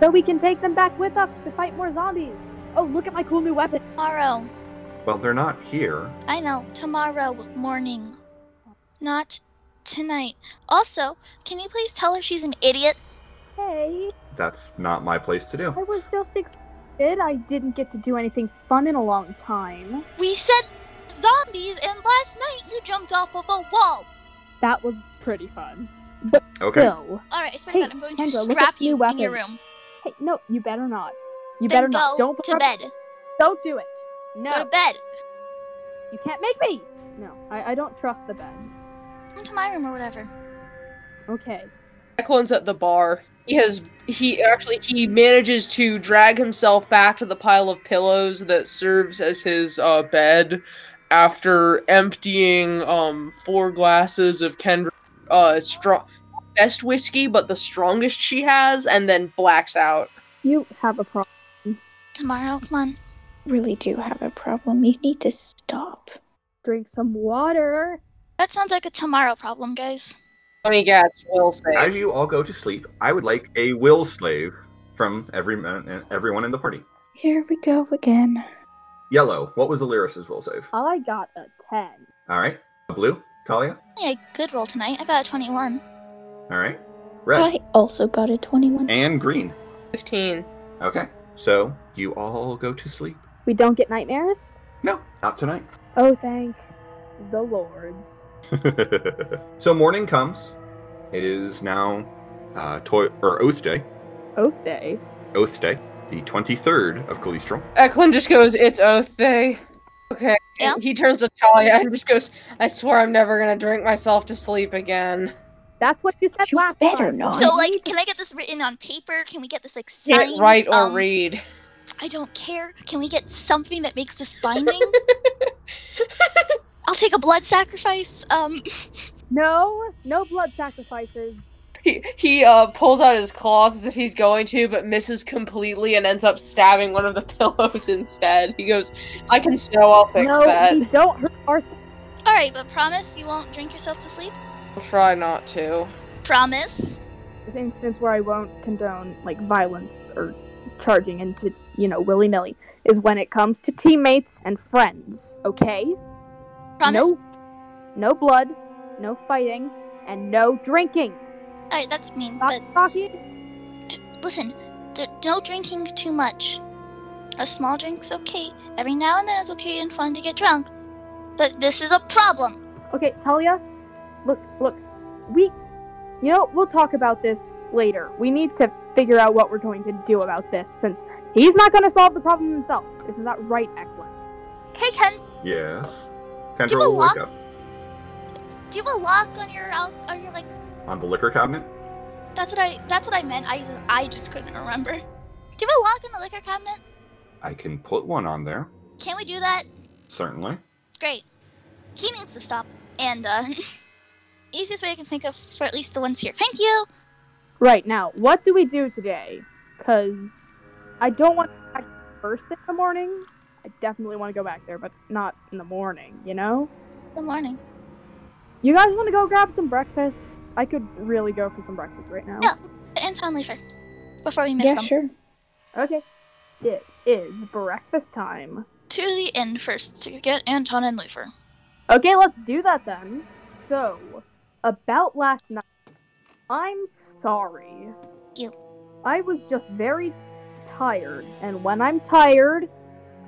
S5: So we can take them back with us to fight more zombies. Oh, look at my cool new weapon.
S3: Tomorrow.
S2: Well, they're not here.
S3: I know. Tomorrow morning. Not tonight. Also, can you please tell her she's an idiot?
S5: Hey.
S2: That's not my place to
S5: I
S2: do.
S5: was just excited. I didn't get to do anything fun in a long time.
S3: We said zombies, and last night you jumped off of a wall.
S5: That was pretty fun.
S3: Oh,
S2: Okay.
S5: No.
S3: All right, I swear to
S5: Hey,
S3: God, I'm going
S5: Kendra,
S3: to
S5: look
S3: strap
S5: up
S3: you
S5: new
S3: in your
S5: weapons.
S3: room.
S5: Hey, no, you better not. You
S3: then
S5: better
S3: go
S5: not. Don't
S3: to
S5: look up-
S3: bed.
S5: Don't do it. No.
S3: Go to bed.
S5: You can't make me. No, I, I don't trust the bed.
S3: Come to my room or whatever.
S5: Okay.
S1: Declan's at the bar. He has he actually he manages to drag himself back to the pile of pillows that serves as his uh, bed after emptying um four glasses of Kendra uh strong best whiskey but the strongest she has and then blacks out.
S5: You have a problem.
S3: Tomorrow, come on.
S4: Really do have a problem. You need to stop.
S5: Drink some water.
S3: That sounds like a tomorrow problem, guys.
S1: Let me guess, will say.
S2: As you all go to sleep, I would like a will slave from every man- everyone in the party.
S4: Here we go again.
S2: Yellow, what was Alyrus's will save?
S3: Uh,
S5: All I got a 10.
S2: All right. Blue, Talia.
S3: Yeah, I could roll tonight. I got a 21.
S2: All right. Red
S4: I also got a 21.
S2: and green.
S1: Fifteen.
S2: Okay. So you all go to sleep.
S5: We don't get nightmares?
S2: No, not tonight.
S5: Oh, thank the lords.
S2: so morning comes. It is now uh, toy or Oath Day.
S5: Oath day.
S2: Oath Day, the twenty-third of Calistral.
S1: Declan just goes, "It's oath day." Okay.
S3: Yeah.
S1: He turns to Talia and just goes, "I swear I'm never gonna drink myself to sleep again."
S5: That's what you said
S4: You
S5: last
S4: better
S5: time.
S4: not.
S3: So, like, can I get this written on paper? Can we get this, like, signed?
S1: Can't write or
S3: Um,
S1: read.
S3: I don't care. Can we get something that makes this binding? I'll take a blood sacrifice. Um,
S5: No, no blood sacrifices.
S1: He, he uh, pulls out his claws as if he's going to, but misses completely and ends up stabbing one of the pillows instead. He goes, I can sew, I'll fix
S5: no,
S1: that.
S5: we don't hurt ourselves.
S3: all right, but promise you won't drink yourself to sleep.
S1: I'll try not to.
S3: Promise.
S5: There's instance where I won't condone like violence or charging into you know willy nilly is when it comes to teammates and friends. Okay.
S3: Promise.
S5: No, no blood, no fighting, and no drinking.
S3: All right, that's mean.
S5: Not
S3: But
S5: talking.
S3: listen, d- no drinking too much. A small drink's okay. Every now and then it's okay and fun to get drunk. But this is a problem.
S5: Okay, Talia. Look, look. We, you know, we'll talk about this later. We need to figure out what we're going to do about this since he's not going to solve the problem himself. Isn't that right, Eklund?
S3: Hey, Ken,
S2: Yes.
S3: Do
S2: Kendra
S3: you
S2: will
S3: lock-
S2: wake up
S3: do you have a lock on your al- on your like?
S2: on the liquor cabinet.
S3: That's what I. That's what I meant. I I just couldn't remember. Do you have a lock in the liquor cabinet?
S2: I can put one on there.
S3: Can we do that?
S2: Certainly.
S3: Great. He needs to stop. And uh, easiest way I can think of for at least the ones here. Thank you.
S5: Right now, what do we do today? Because I don't want to go back first thing in the morning. I definitely want to go back there, but not in the morning, you know?
S3: Good morning.
S5: You guys want to go grab some breakfast? I could really go for some breakfast right now.
S3: Yeah. Anton Leifer. Before we miss
S4: Yeah,
S3: them.
S4: sure.
S5: Okay. It is breakfast time.
S3: To the end first to get Anton and Leifer.
S5: Okay, let's do that then. So, about last night, I'm sorry.
S3: You.
S5: I was just very tired, and when I'm tired,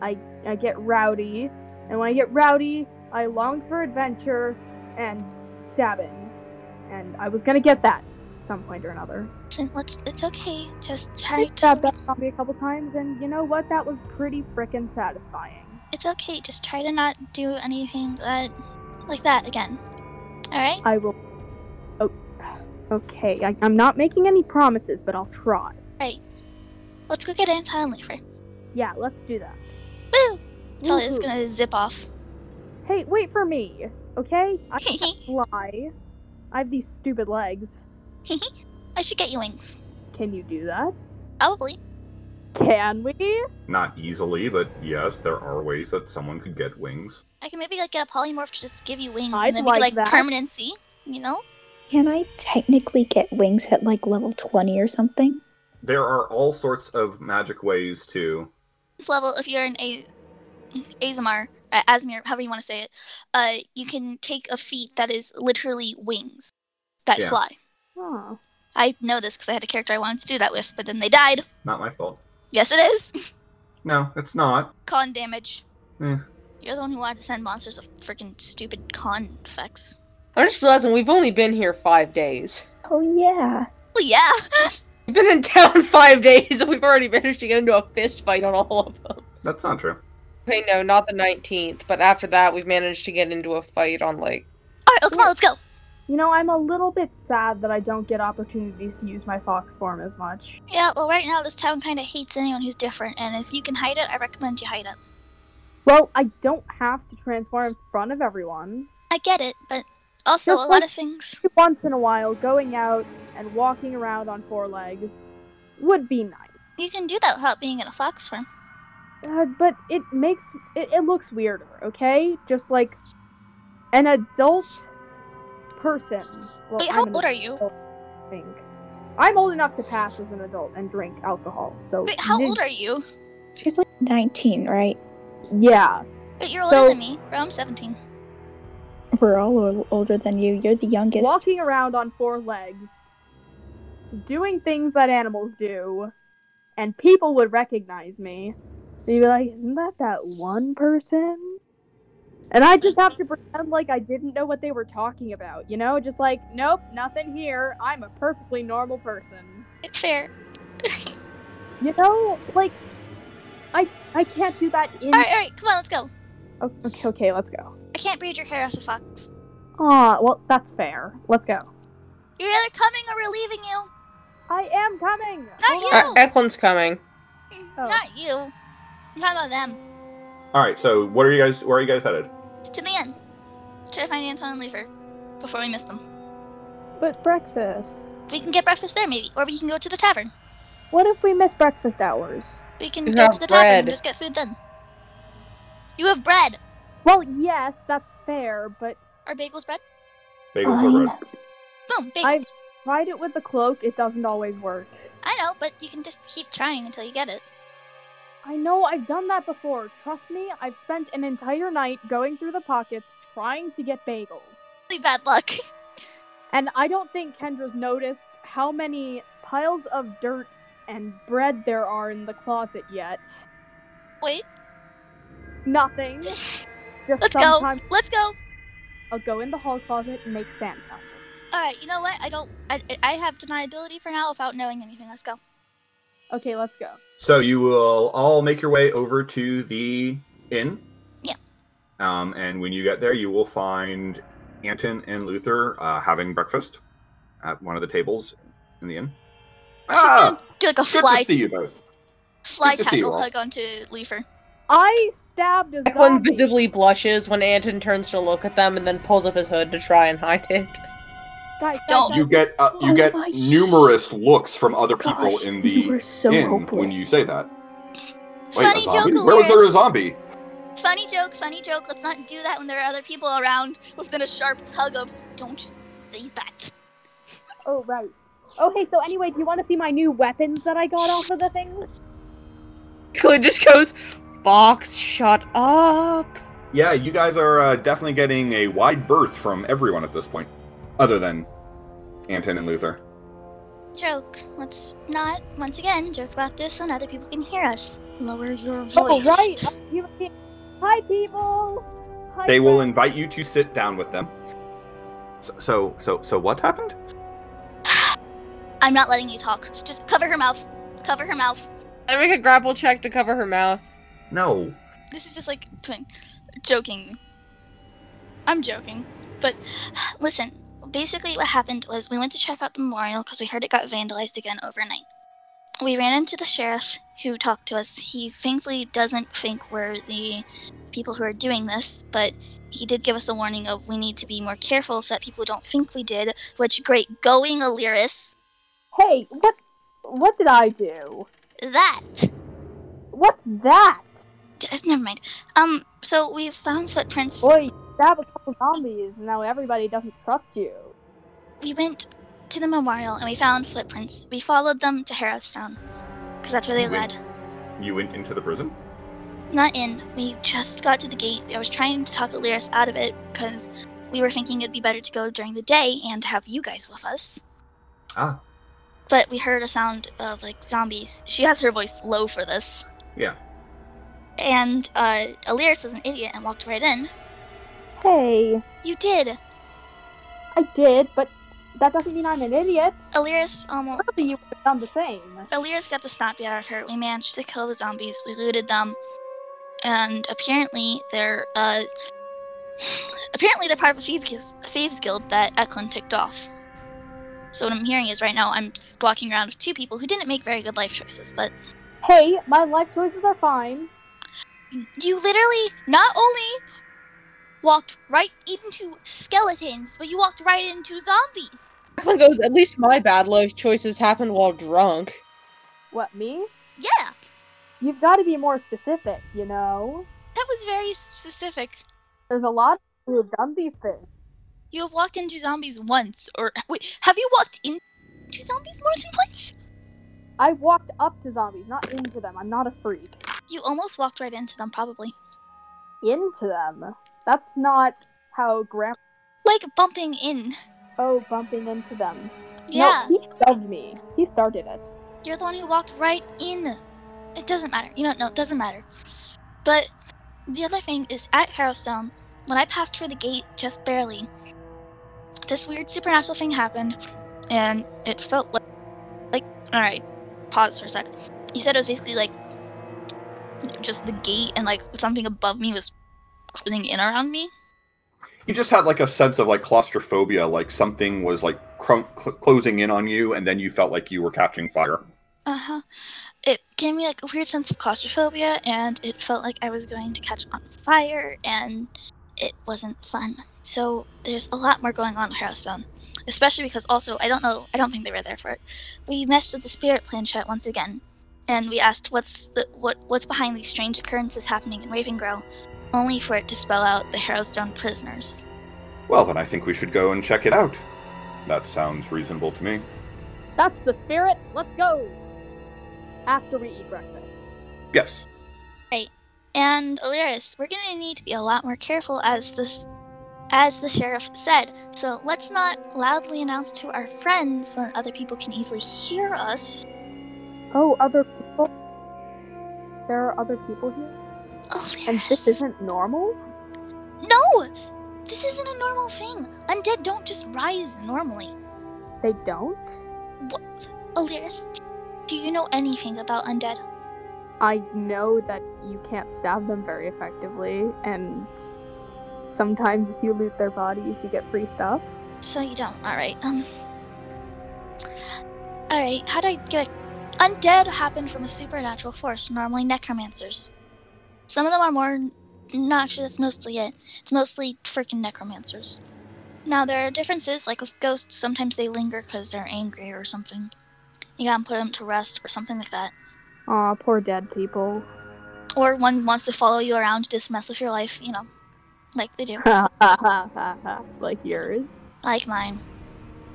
S5: I I get rowdy, and when I get rowdy, I long for adventure and stabbing, and I was gonna get that at some point or another.
S3: So let's, it's okay. Just try
S5: I stabbed
S3: to.
S5: that zombie a couple times, and you know what? That was pretty frickin' satisfying.
S3: It's okay. Just try to not do anything that like that again. All right.
S5: I will. Oh, okay. I, I'm not making any promises, but I'll try.
S3: Let's go get Anton and Leifer.
S5: Yeah, let's do that.
S3: Woo! Talia's
S5: Woohoo.
S3: gonna zip off.
S5: Hey, wait for me, okay? I can't fly. I have these stupid legs.
S3: I should get you wings.
S5: Can you do that?
S3: Probably.
S5: Can we?
S2: Not easily, but yes, there are ways that someone could get wings.
S3: I can maybe like get a polymorph to just give you wings,
S5: I'd
S3: and then we
S5: like
S3: could like
S5: that.
S3: permanency. You know.
S4: Can I technically get wings at like level 20 or something?
S2: There are all sorts of magic ways to.
S3: this level, if you're an A- Azamar, uh, Asmir, however you want to say it, uh, you can take a feat that is literally wings that
S2: Yeah.
S3: fly.
S5: Huh.
S3: I know this because I had a character I wanted to do that with, but then they died.
S2: Not my fault.
S3: Yes, it is.
S2: No, it's not.
S3: con damage.
S2: Eh.
S5: Hmm.
S3: You're the one who wanted to send monsters of freaking stupid con effects.
S1: I'm just realizing we've only been here five days.
S4: Oh yeah.
S3: Well, yeah.
S1: We've been in town five days and we've already managed to get into a fist fight on all of them.
S2: That's not true.
S1: Okay, no, not the 19th, but after that we've managed to get into a fight on like.
S3: All right, well, come on, let's go.
S5: You know, I'm a little bit sad that I don't get opportunities to use my fox form as much.
S3: Yeah, well, right now this town kind of hates anyone who's different, and if you can hide it, I recommend you hide it.
S5: Well, I don't have to transform in front of everyone.
S3: I get it, but also
S5: Just
S3: a
S5: like-
S3: lot of things.
S5: Once in a while, going out and walking around on four legs would be nice.
S3: You can do that without being in a fox form.
S5: Uh, but it makes it, it looks weirder, okay? Just like an adult person. Well,
S3: Wait,
S5: I'm
S3: how
S5: an
S3: old are you?
S5: adult, I think. I'm old enough to pass as an adult and drink alcohol. So
S3: Wait, how old are you?
S4: She's like 19, right?
S5: Yeah.
S3: Wait, you're older
S5: So-
S3: than me. Well, I'm 17.
S4: We're all o- older than you. You're the youngest.
S5: Walking around on four legs, doing things that animals do, and people would recognize me. They'd be like, "Isn't that that one person?" And I just have to pretend like I didn't know what they were talking about, you know? Just like, nope, nothing here. I'm a perfectly normal person.
S3: Fair.
S5: You know, like, I I can't do that in.
S3: All right, all right, come on, let's go.
S5: O- Okay, okay, let's go.
S3: I can't braid your hair as a fox.
S5: Ah, well, that's fair. Let's go.
S3: You're either coming or we're leaving you.
S5: I am coming.
S3: Not you.
S1: Uh, Eklin's coming.
S5: Oh.
S3: Not you. I'm talking about them.
S2: All right. So, what are you guys? Where are you guys headed?
S3: To the end. Try to find Antoine and leave her before we miss them.
S5: But breakfast.
S3: We can get breakfast there, maybe, or we can go to the tavern.
S5: What if we miss breakfast hours?
S3: We can
S1: You
S3: go
S1: have
S3: to the tavern
S1: bread.
S3: and just get food then. You have bread.
S5: Well, yes, that's fair, but
S3: Are bagels bread?
S2: Bagels or bread?
S3: Boom, bagels.
S5: I've- ride it with the cloak, it doesn't always work.
S3: I know, but you can just keep trying until you get it.
S5: I know I've done that before. Trust me, I've spent an entire night going through the pockets trying to get bagels.
S3: Really bad luck.
S5: And I don't think Kendra's noticed how many piles of dirt and bread there are in the closet yet.
S3: Wait,
S5: Nothing. Just
S3: let's
S5: sometime
S3: go. Let's go.
S5: I'll go in the hall closet and make sandcastles.
S3: All right, you know what? I don't. I, I have deniability for now without knowing anything. Let's go.
S5: Okay, let's go.
S2: So you will all make your way over to the inn.
S3: Yeah.
S2: Um, and when you get there, you will find Anton and Luther uh, having breakfast at one of the tables in the inn.
S9: Ah,
S3: Do like a
S9: good
S3: fly
S9: to see you both.
S3: fly
S9: good to see you
S3: tackle
S9: all.
S3: hug onto Leifer.
S5: I stabbed a
S1: Eklund
S5: zombie.
S1: visibly blushes when Anton turns to look at them and then pulls up his hood to try and hide it.
S5: Guys, guys,
S3: Don't.
S5: guys,
S9: You get uh, you
S4: Oh
S9: get
S4: my s-
S9: numerous looks from other people
S4: Gosh,
S9: in
S4: you
S9: the
S4: are so
S9: inn
S4: hopeless.
S9: when you say that. Wait,
S3: funny
S9: a zombie?
S3: joke,
S9: Where was there a
S3: Alaris.
S9: zombie?
S3: Funny joke, funny joke. Let's not do that when there are other people around. Within a sharp tug of, don't say that.
S5: Oh right. Okay, so anyway, do you want to see my new weapons that I got off of the thing?
S1: Eklund just goes, Fox, shut up.
S2: Yeah, you guys are uh, definitely getting a wide berth from everyone at this point, other than Anton and Luther.
S3: Joke. Let's not, once again, joke about this so other people can hear us. Lower your voice.
S5: Oh right. You- Hi people. Hi,
S2: They will
S5: friends.
S2: invite you to sit down with them. So, so, so, so what happened?
S3: I'm not letting you talk. Just cover her mouth. Cover her mouth.
S1: I make a grapple check to cover her mouth.
S2: No.
S3: This is just like twin- joking. I'm joking. But listen, basically what happened was we went to check out the memorial because we heard it got vandalized again overnight. We ran into the sheriff who talked to us. He thankfully doesn't think we're the people who are doing this, but he did give us a warning of we need to be more careful so that people don't think we did, which great going, Aliris.
S5: Hey, what? What did I do?
S3: That
S5: What's that?
S3: never mind. Um, so we found footprints
S5: Boy, stab a couple zombies, and now everybody doesn't trust you.
S3: We went to the memorial and we found footprints. We followed them to Harrowstown because that's where they
S2: Wait.
S3: led.
S2: You went into the prison?
S3: Not in. We just got to the gate. I was trying to talk Lyris out of it because we were thinking it'd be better to go during the day and to have you guys with us.
S2: Ah.
S3: But we heard a sound of like zombies. She has her voice low for this.
S2: Yeah.
S3: And uh, Lyris is an idiot and walked right in.
S5: Hey,
S3: You did.
S5: I did, but that doesn't mean I'm an idiot.
S3: Aliris almost
S5: Probably you would have done the same.
S3: Alira's got the snot beat out of her. We managed to kill the zombies. We looted them, and apparently they're uh, apparently they're part of a thieves, guil- a thieves guild that Eklund ticked off. So what I'm hearing is right now I'm just walking around with two people who didn't make very good life choices. But
S5: Hey, my life choices are fine.
S3: you literally not only walked right into skeletons, but you walked right into zombies.
S1: Declan goes, at least my bad life choices happened while drunk.
S5: What, me?
S3: Yeah,
S5: You've got to be more specific, you know?
S3: that was very specific.
S5: There's a lot of people who've done these things.
S3: You have walked into zombies once, or wait, have you walked into zombies more than once?
S5: I walked up to zombies, not into them. I'm not a freak.
S3: You almost walked right into them, probably.
S5: Into them? That's not how grandma.
S3: Like bumping in.
S5: Oh, bumping into them.
S3: Yeah,
S5: No, he shoved me. He started it.
S3: you're the one who walked right in. It doesn't matter. You know, no, it doesn't matter. But the other thing is at Harrowstone, when I passed through the gate just barely, this weird supernatural thing happened, and it felt like, like, all right, pause for a sec. You said it was basically like just the gate and like something above me was closing in around me.
S9: You just had like a sense of like claustrophobia, like something was like crunk, cl- closing in on you, and then you felt like you were catching fire.
S3: Uh huh. It gave me like a weird sense of claustrophobia, and it felt like I was going to catch on fire, and it wasn't fun. So there's a lot more going on at Harrowstone, especially because also I don't know, I don't think they were there for it. We messed with the spirit planchet once again, and we asked what's the what what's behind these strange occurrences happening in Ravengrow, only for it to spell out the Harrowstone prisoners.
S9: Well, then I think we should go and check it out. That sounds reasonable to me.
S5: That's the spirit. Let's go. After we eat breakfast.
S9: Yes.
S3: And Alaris, we're gonna need to be a lot more careful as this as the sheriff said. So let's not loudly announce to our friends when other people can easily hear us.
S5: Oh, other people. There are other people here,
S3: Alaris.
S5: and this isn't normal.
S3: No! This isn't a normal thing. Undead don't just rise normally.
S5: They don't.
S3: Alaris, do you know anything about undead?
S5: I know that you can't stab them very effectively, and sometimes if you loot their bodies, you get free stuff.
S3: So you don't. All right. Um. All right. How do I get? Undead happen from a supernatural force, normally necromancers. Some of them are more. No, actually, that's mostly it. It's mostly freaking necromancers. Now there are differences. Like with ghosts, sometimes they linger because they're angry or something. You gotta put them to rest or something like that.
S5: Aw, poor dead people.
S3: Or one wants to follow you around to mess with your life. You know, like they do.
S5: like yours.
S3: Like mine.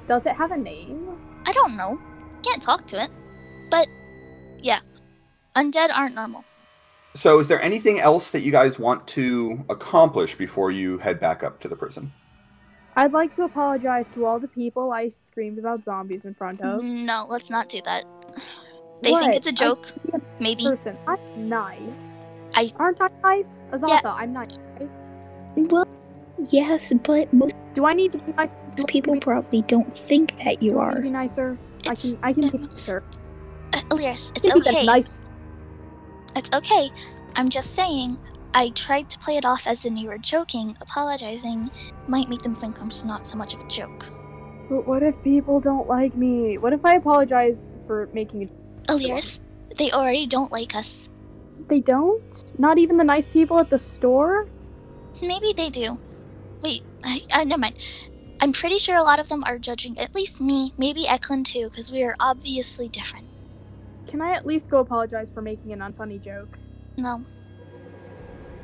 S5: Does it have a name?
S3: I don't know. Can't talk to it. But yeah, undead aren't normal.
S9: So, is there anything else that you guys want to accomplish before you head back up to the prison?
S5: I'd like to apologize to all the people I screamed about zombies in front of.
S3: No, let's not do that. They think
S5: What?
S3: it's a joke.
S5: I-
S3: Maybe.
S5: Person, I'm nice.
S3: I-
S5: aren't I nice, Azatha? I'm nice. right?
S4: Well, yes, but most
S5: Do I need to be nice? Do I need to
S4: people
S5: be-
S4: probably don't think that
S5: do
S4: you
S5: I
S4: are.
S5: need to Be nicer. I
S3: It's
S5: can. I can be nicer.
S3: uh, Elias,
S5: I
S3: it's
S5: can be
S3: okay.
S5: nice.
S3: It's okay. I'm just saying. I tried to play it off as in you were joking. Apologizing might make them think I'm s- not so much of a joke.
S5: But what if people don't like me? What if I apologize for making it?
S3: Elias, they already don't like us.
S5: They don't? Not even the nice people at the store?
S3: Maybe they do. Wait, I, I never mind. I'm pretty sure a lot of them are judging at least me, maybe Eklund too, because we are obviously different.
S5: Can I at least go apologize for making an unfunny joke?
S3: No,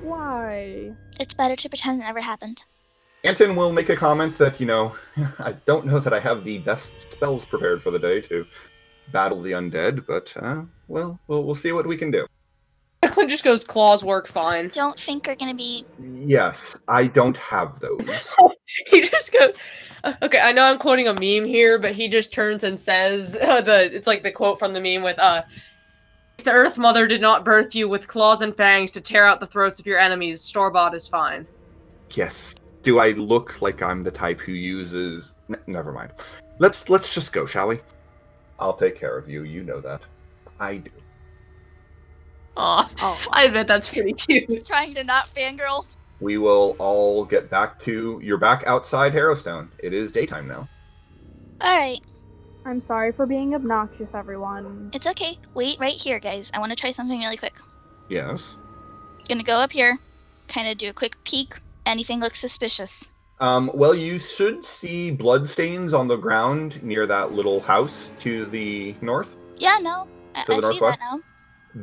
S5: Why?
S3: it's better to pretend it never happened.
S2: Anton will make a comment that, you know, I don't know that I have the best spells prepared for the day to battle the undead, but, uh, well, we'll, we'll see what we can do.
S1: Declan just goes, claws work fine.
S3: Don't think we're gonna be
S2: Yes, I don't have those.
S1: he just goes uh, okay i know i'm quoting a meme here but he just turns and says uh, the it's like the quote from the meme with uh "If the earth mother did not birth you with claws and fangs to tear out the throats of your enemies starbot is fine
S2: Yes, Do I look like I'm the type who uses? N- never mind. Let's let's just go, shall we? I'll take care of you. You know that. I do.
S1: Aw,
S6: Oh,
S1: I bet that's pretty cute.
S8: Trying to not fangirl.
S2: We will all get back to. You're back outside Harrowstone. It is daytime now.
S3: All right,
S5: I'm sorry for being obnoxious, everyone.
S3: it's okay. Wait right here, guys. I want to try something really quick.
S2: Yes.
S3: Gonna go up here, kind of do a quick peek. Anything looks suspicious.
S2: Um, well, you should see bloodstains on the ground near that little house to the north.
S3: Yeah, no, I,
S2: To
S3: I
S2: the
S3: see
S2: northwest?
S3: that now.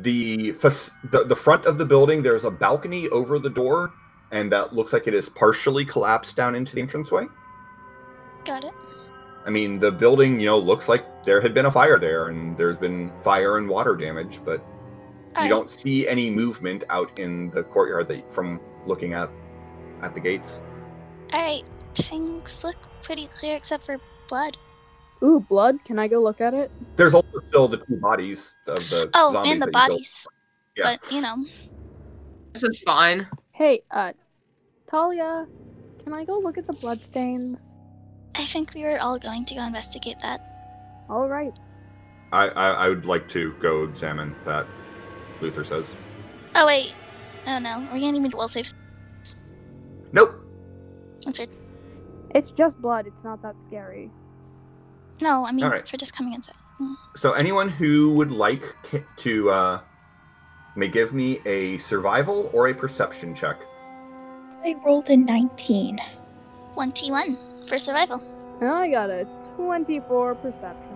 S2: The, fac- the the front of the building. There's a balcony over the door, and that looks like it is partially collapsed down into the entranceway.
S3: Got it.
S2: I mean, the building, you know, looks like there had been a fire there, and there's been fire and water damage, but
S3: All right.
S2: you don't see any movement out in the courtyard that, from looking at at the gates.
S3: All right, things look pretty clear except for blood.
S5: Ooh, blood. Can I go look at it?
S2: There's also still the two bodies of the
S3: Oh,
S2: zombies
S3: and
S2: that
S3: the
S2: you killed.
S3: bodies.
S2: Yeah.
S3: But you know,
S1: This is fine.
S5: Hey, uh, Talia, can I go look at the bloodstains?
S3: I think we were all going to go investigate that.
S5: All right.
S2: I, I I would like to go examine that. Luther says,
S3: Oh wait, oh no, we're gonna need will saves.
S2: "Nope."
S3: That's weird.
S5: It's just blood. It's not that scary.
S3: No, I mean
S2: All right.
S3: for just coming inside.
S2: So anyone who would like ki- to uh, may give me a survival or a perception check.
S4: I rolled a 19.
S3: Twenty-one for survival.
S5: And I got a 24 perception.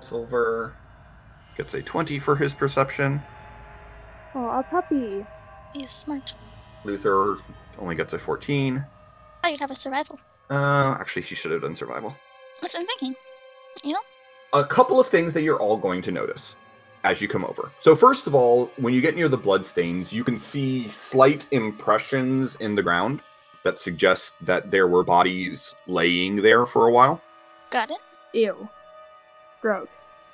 S2: Silver gets a 20 for his perception.
S5: Oh, a puppy.
S3: He's smart.
S2: Luther only gets a 14.
S3: Oh, you'd have a survival.
S2: Uh, actually, he should have done survival.
S3: That's what I'm thinking.
S2: A couple of things that you're all going to notice as you come over. So, first of all, when you get near the bloodstains, you can see slight impressions in the ground that suggest that there were bodies laying there for a while.
S3: Got it.
S5: Ew. Gross.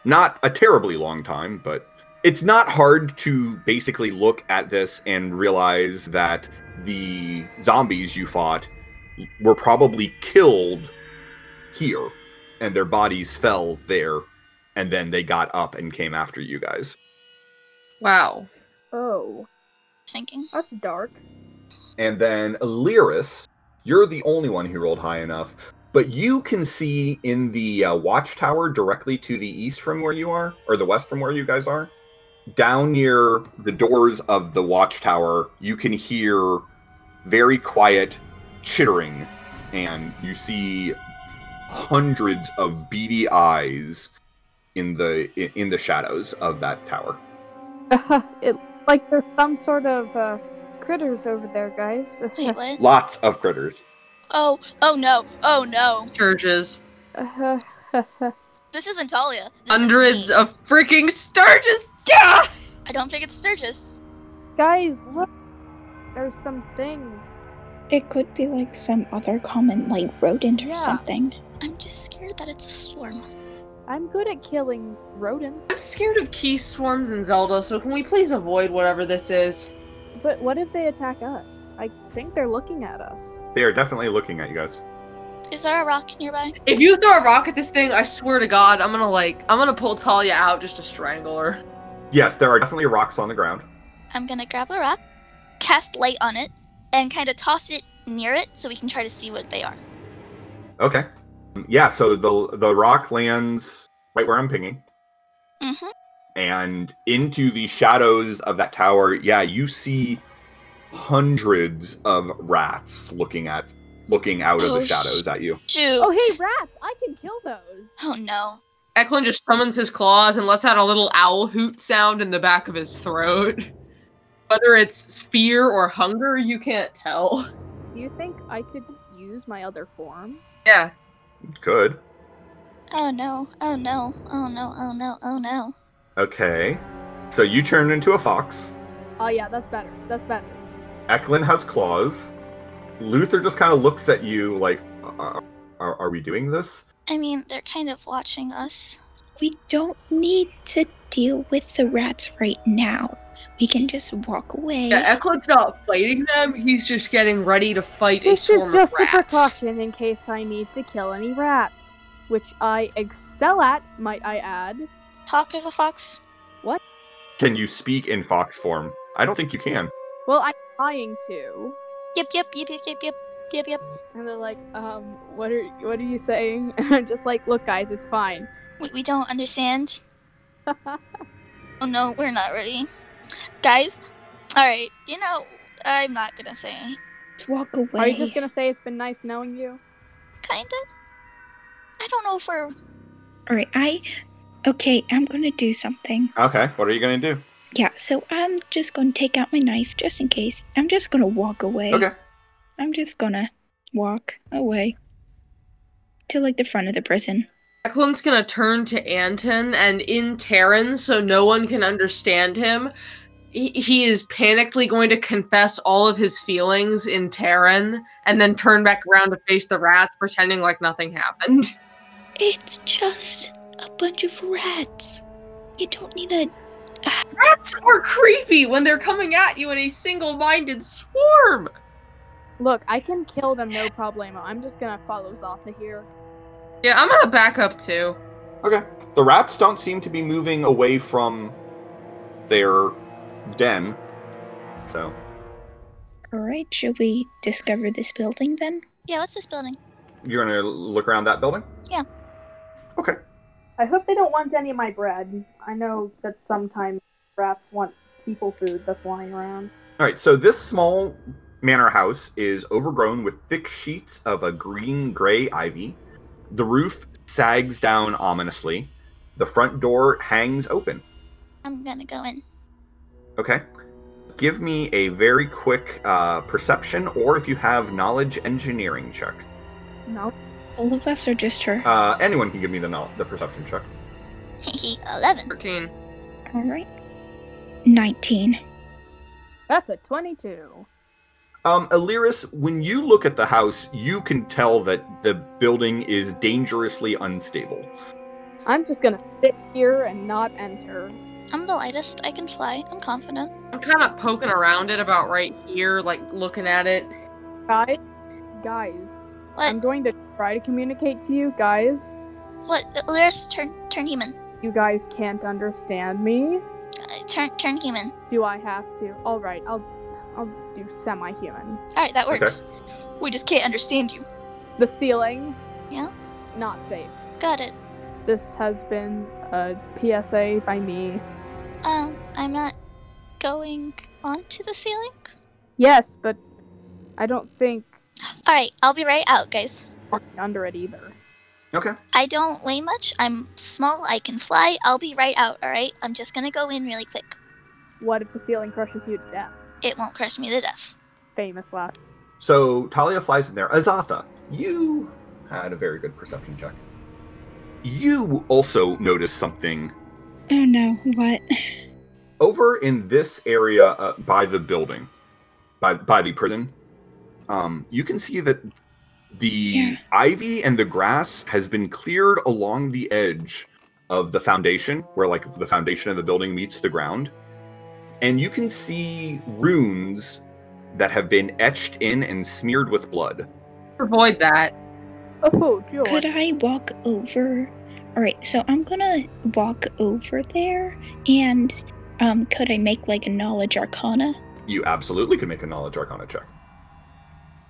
S2: not a terribly long time, but it's not hard to basically look at this and realize that the zombies you fought were probably killed here and their bodies fell there and then they got up and came after you guys.
S1: Wow.
S5: Oh,
S3: Thinking.
S5: that's dark.
S2: And then Lyris, you're the only one who rolled high enough, but you can see in the uh, watchtower directly to the east from where you are, or the west from where you guys are, down near the doors of the watchtower, you can hear very quiet chittering, and you see hundreds of beady eyes in the in- in the shadows of that tower.
S5: it like there's some sort of uh, critters over there, guys.
S3: Wait, what?
S2: Lots of critters.
S8: Oh, oh no, oh no.
S1: Sturges.
S8: This isn't Talia. This is
S1: Hundreds
S8: me.
S1: of freaking Sturges. Yeah!
S8: I don't think it's Sturgis.
S5: guys, look. There's some things.
S4: It could be like some other common, like rodent or
S5: Yeah.
S4: something.
S3: I'm just scared that it's a swarm.
S5: I'm good at killing rodents.
S1: I'm scared of key swarms in Zelda, so can we please avoid whatever this is?
S5: But what if they attack us? I think they're looking at us.
S2: They are definitely looking at you guys.
S3: Is there a rock nearby?
S1: If you throw a rock at this thing, I swear to God, I'm gonna like, I'm gonna pull Talia out just to strangle her.
S2: Yes, there are definitely rocks on the ground.
S3: I'm gonna grab a rock, cast light on it, and kind of toss it near it so we can try to see what they are.
S2: Okay. Yeah, so the the rock lands right where I'm pinging
S3: Mm-hmm.
S2: and into the shadows of that tower. Yeah, you see hundreds of rats looking at looking out of
S8: Oh,
S2: the
S8: sh-
S2: shadows at you.
S8: Shoot.
S5: Oh, hey, rats! I can kill those.
S3: Oh no.
S1: Eklund just summons his claws and lets out a little owl hoot sound in the back of his throat. Whether it's fear or hunger, you can't tell.
S5: Do you think I could use my other form?
S1: Yeah.
S2: Good.
S3: Oh no. Oh no. Oh no. Oh no. Oh no.
S2: Okay. So you turned into a fox.
S5: Oh yeah, that's better. That's better.
S2: Eklund has claws. Luther just kind of looks at you like are, are, are we doing this?
S3: I mean, they're kind of watching us.
S4: We don't need to deal with the rats right now. We can just walk away.
S1: Yeah, Eklund's not fighting them. He's just getting ready to fight a
S5: This is
S1: swarm
S5: just
S1: of
S5: a
S1: rats.
S5: precaution in case I need to kill any rats, which I excel at, might I add.
S3: Talk as a fox.
S10: Can you speak in fox form? I don't think you can.
S5: Well, I'm trying to.
S3: Yep, yep, yep, yep, yep, yep, yep, yep.
S5: And they're like, um, what are what are you saying? And I'm just like, look, guys, it's fine.
S3: We, we don't understand. Oh no, we're not ready. Guys, alright, you know, I'm not gonna say.
S4: Let's walk away.
S5: Are you just gonna say it's been nice knowing you?
S3: Kinda? I don't know if we're.
S4: All right, I. Okay, I'm gonna do something.
S2: Okay, what are you gonna do?
S4: Yeah, so I'm just gonna take out my knife just in case. I'm just gonna walk away.
S2: Okay.
S4: I'm just gonna walk away to like the front of the prison.
S1: Eklund's gonna turn to Anton and in Terran, so no one can understand him. He, he is panically going to confess all of his feelings in Terran and then turn back around to face the rats, pretending like nothing happened.
S4: It's just a bunch of rats. You don't need a.
S1: Rats are creepy when they're coming at you in a single minded swarm!
S5: Look, I can kill them no problemo. I'm just gonna follow Zotha here.
S1: Yeah, I'm gonna back up too.
S2: Okay. The rats don't seem to be moving away from their den. So,
S4: All right, should we discover this building then?
S3: Yeah, what's this building?
S2: you're gonna look around that building?
S5: I hope they don't want any of my bread. I know that sometimes rats want people food that's lying around.
S2: All right, so this small manor house is overgrown with thick sheets of a green gray ivy. The roof sags down ominously. The front door hangs open.
S3: I'm gonna go in.
S2: Okay. Give me a very quick uh, perception or if you have knowledge engineering check.
S5: No.
S4: All of us are just her.
S2: Uh, anyone can give me the, knowl- the perception check.
S3: Hehe, 11.
S1: 13.
S4: All right. 19.
S5: That's a 22.
S2: Um, Illyris, when you look at the house, you can tell that the building is dangerously unstable.
S5: I'm just gonna sit here and not enter.
S3: I'm the lightest. I can fly. I'm confident.
S1: I'm kind of poking around it about right here, like looking at it.
S5: Guys, guys,
S3: What?
S5: I'm going to try to communicate to you guys.
S3: What? Lyris, turn, turn human.
S5: You guys can't understand me.
S3: Uh, turn, turn human.
S5: Do I have to? All right, I'll, I'll do semi-human.
S3: Alright, that
S2: Okay.
S3: works. We just can't understand you.
S5: The ceiling.
S3: Yeah?
S5: Not safe.
S3: Got it.
S5: This has been a PSA by me.
S3: Um, I'm not going onto the ceiling.
S5: Yes, but I don't think
S3: Alright, I'll be right out, guys.
S5: under it either.
S2: Okay.
S3: I don't weigh much. I'm small. I can fly. I'll be right out, alright? I'm just gonna go in really quick.
S5: What if the ceiling crushes you to death?
S3: It won't crush me to death.
S5: Famous last.
S2: So Talia flies in there. Azatha, you had a very good perception check. You also notice something
S4: Oh no, what?
S2: over in this area uh, by the building, by by the prison. Um, you can see that the
S4: Yeah.
S2: ivy and the grass has been cleared along the edge of the foundation, where like the foundation of the building meets the ground, and you can see runes that have been etched in and smeared with blood.
S1: Avoid that.
S5: Oh,
S4: Could
S5: George.
S4: I walk over? All right, so I'm gonna walk over there, and um, could I make like a knowledge arcana?
S2: You absolutely can make a knowledge arcana check.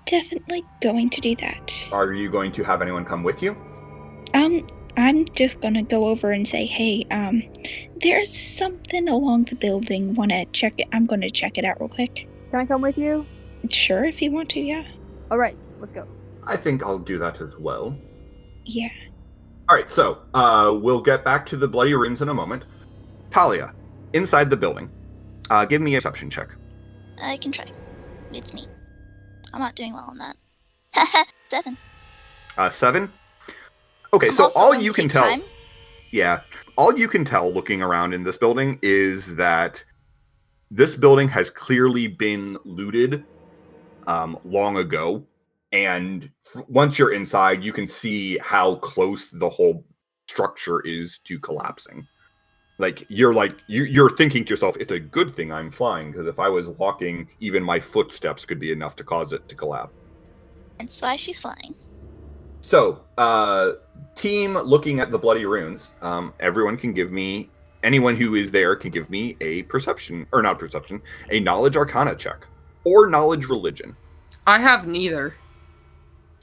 S4: Definitely going to do that.
S2: Are you going to have anyone come with you?
S4: Um, I'm just gonna go over and say, hey, um, there's something along the building. Wanna check it? I'm gonna check it out real quick.
S5: Can I come with you?
S4: Sure, if you want to, yeah.
S5: All right, let's go.
S2: I think I'll do that as well.
S4: Yeah.
S2: All right, so uh, we'll get back to the bloody runes in a moment. Talia, inside the building, uh, give me a perception check.
S3: I can try. It's me. I'm not doing well on that. Seven.
S2: Uh, seven. Okay,
S3: I'm
S2: so
S3: also
S2: all
S3: going
S2: you
S3: to
S2: can
S3: take
S2: tell,
S3: time.
S2: yeah, all you can tell looking around in this building is that this building has clearly been looted um, long ago, and f- once you're inside, you can see how close the whole structure is to collapsing. Like you're like you, you're thinking to yourself, it's a good thing I'm flying because if I was walking, even my footsteps could be enough to cause it to collapse.
S3: That's why she's flying.
S2: So, uh, team looking at the bloody runes, um, everyone can give me, anyone who is there can give me a perception, or not perception, a knowledge arcana check, or knowledge religion.
S1: I have neither.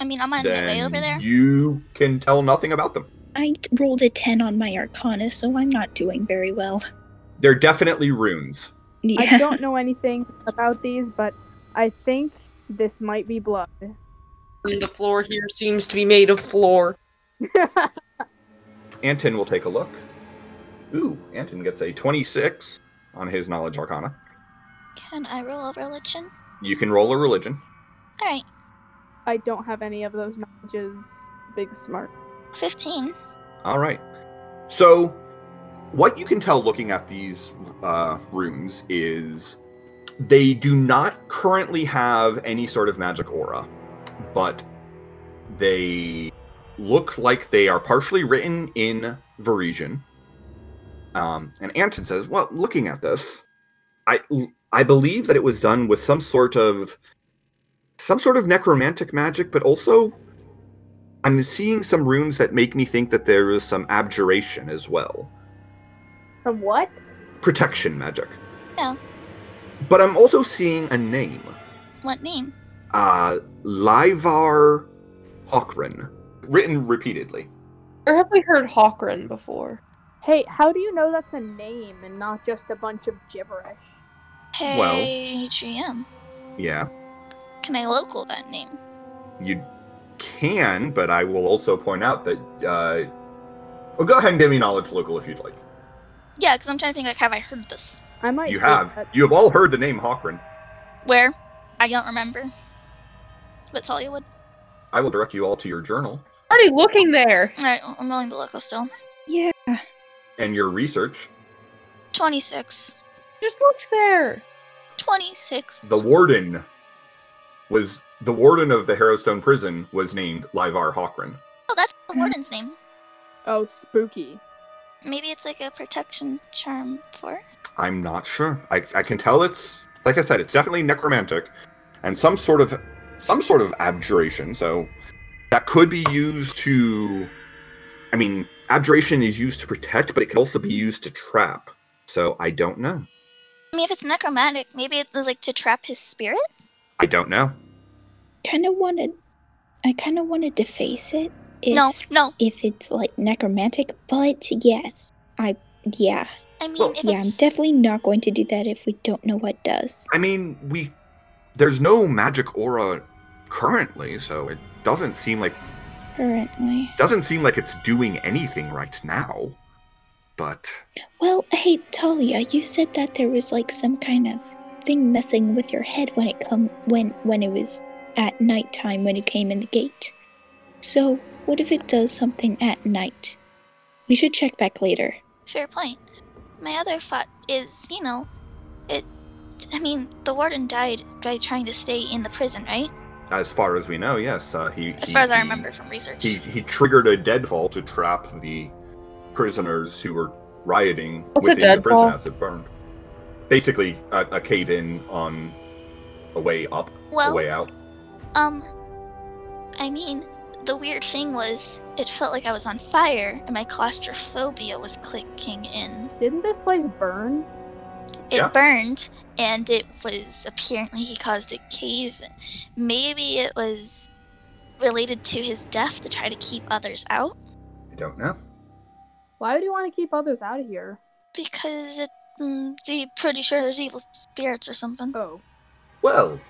S3: I mean, I'm on my way over there.
S2: You can tell nothing about them.
S4: I rolled a 10 on my arcana, so I'm not doing very well.
S2: They're definitely runes.
S4: Yeah.
S5: I don't know anything about these, but I think this might be blood.
S1: The floor here seems to be made of floor.
S2: Anton will take a look. Ooh, Anton gets a 26 on his knowledge arcana.
S3: Can I roll a religion?
S2: You can roll a religion.
S3: All right.
S5: I don't have any of those knowledges. Big smart.
S3: 15.
S2: All right. So, what you can tell looking at these uh, rooms is they do not currently have any sort of magic aura, but they look like they are partially written in Varisian. Um, and Anton says, "Well, looking at this, I I believe that it was done with some sort of some sort of necromantic magic, but also I'm seeing some runes that make me think that there is some abjuration as well.
S5: Some what?
S2: Protection magic.
S3: No.
S2: But I'm also seeing a name.
S3: What name?
S2: Uh, Livar Hawkran. Written repeatedly.
S8: Or have we heard Hawkran before?
S5: Hey, how do you know that's a name and not just a bunch of gibberish?
S3: Hey,
S2: Well-
S3: GM.
S2: Yeah.
S3: Can I local that name?
S2: You can, but I will also point out that. Uh, well, go ahead and give me knowledge local if you'd like.
S3: Yeah, because I'm trying to think, like, have I heard this?
S5: I might.
S2: You
S5: take
S2: have.
S5: that.
S2: You have all heard the name Hawkran.
S3: Where? I don't remember. But Tollywood.
S2: I will direct you all to your journal
S8: Already looking there.
S3: Alright, well, I'm rolling the local still.
S4: Yeah.
S2: and your research.
S3: 26.
S8: Just looked there.
S3: 26.
S2: The warden was the warden of the Harrowstone prison was named Livar Hawkran.
S3: Oh, that's the
S4: Hmm.
S3: warden's name.
S5: Oh, spooky.
S3: Maybe it's like a protection charm for.
S2: I'm not sure. I, I can tell it's like I said, it's definitely necromantic and some sort of some sort of abjuration. So that could be used to I mean, abjuration is used to protect, but it could also be used to trap. So I don't know.
S3: I mean, if it's necromantic, maybe it's like to trap his spirit?
S2: I don't know.
S4: Kind of wanted. I kind of want to deface it. If,
S3: No, no.
S4: If it's like necromantic, but yes, I yeah
S3: I mean,
S2: Well-
S3: if
S4: yeah I'm
S3: it's.
S4: definitely not going to do that if we don't know what does.
S2: I mean, we there's no magic aura currently, so it doesn't seem like
S4: Currently.
S2: doesn't seem like it's doing anything right now. But
S4: Well, hey Talia, you said that there was like some kind of thing messing with your head when it come when when it was at nighttime when it came in the gate. So what if it does something at night? We should check back later.
S3: Fair point. My other thought is, you know, it. I mean, the warden died by trying to stay in the prison, right?
S2: as far as we know, yes, uh, he.
S3: As
S2: he-
S3: far as I
S2: he-
S3: remember from research.
S2: he he triggered a deadfall to trap the prisoners who were rioting
S8: What's a
S2: within the prison
S8: deadfall?
S2: as it burned. Basically, a, a cave in on a way up, a
S3: well,
S2: way out.
S3: um. I mean, the weird thing was, it felt like I was on fire, and my claustrophobia was clicking in.
S5: Didn't this place burn?
S3: It
S2: Yeah.
S3: burned, and it was apparently he caused a cave. Maybe it was related to his death to try to keep others out.
S2: I don't know.
S5: Why would you want to keep others out of here?
S3: Because it, mm, de- pretty sure there's evil spirits or something.
S5: Oh,
S2: Well,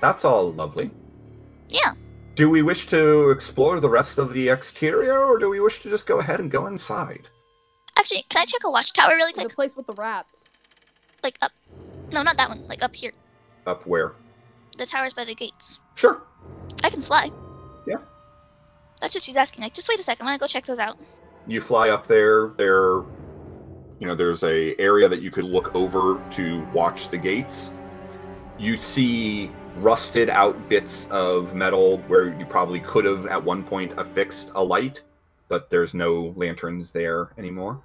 S2: that's all lovely.
S3: Yeah.
S2: Do we wish to explore the rest of the exterior, or do we wish to just go ahead and go inside?
S3: Actually, can I check a watchtower really
S5: the
S3: quick?
S5: place with the rats.
S3: Like up. No, not that one. Like up here.
S2: Up where?
S3: The towers by the gates.
S2: Sure.
S3: I can fly.
S2: Yeah.
S3: That's what she's asking. Like, just wait a second. I'm gonna go check those out.
S2: you fly up there there you know there's a area that you could look over to watch the gates you see rusted out bits of metal where you probably could have at one point affixed a light but there's no lanterns there anymore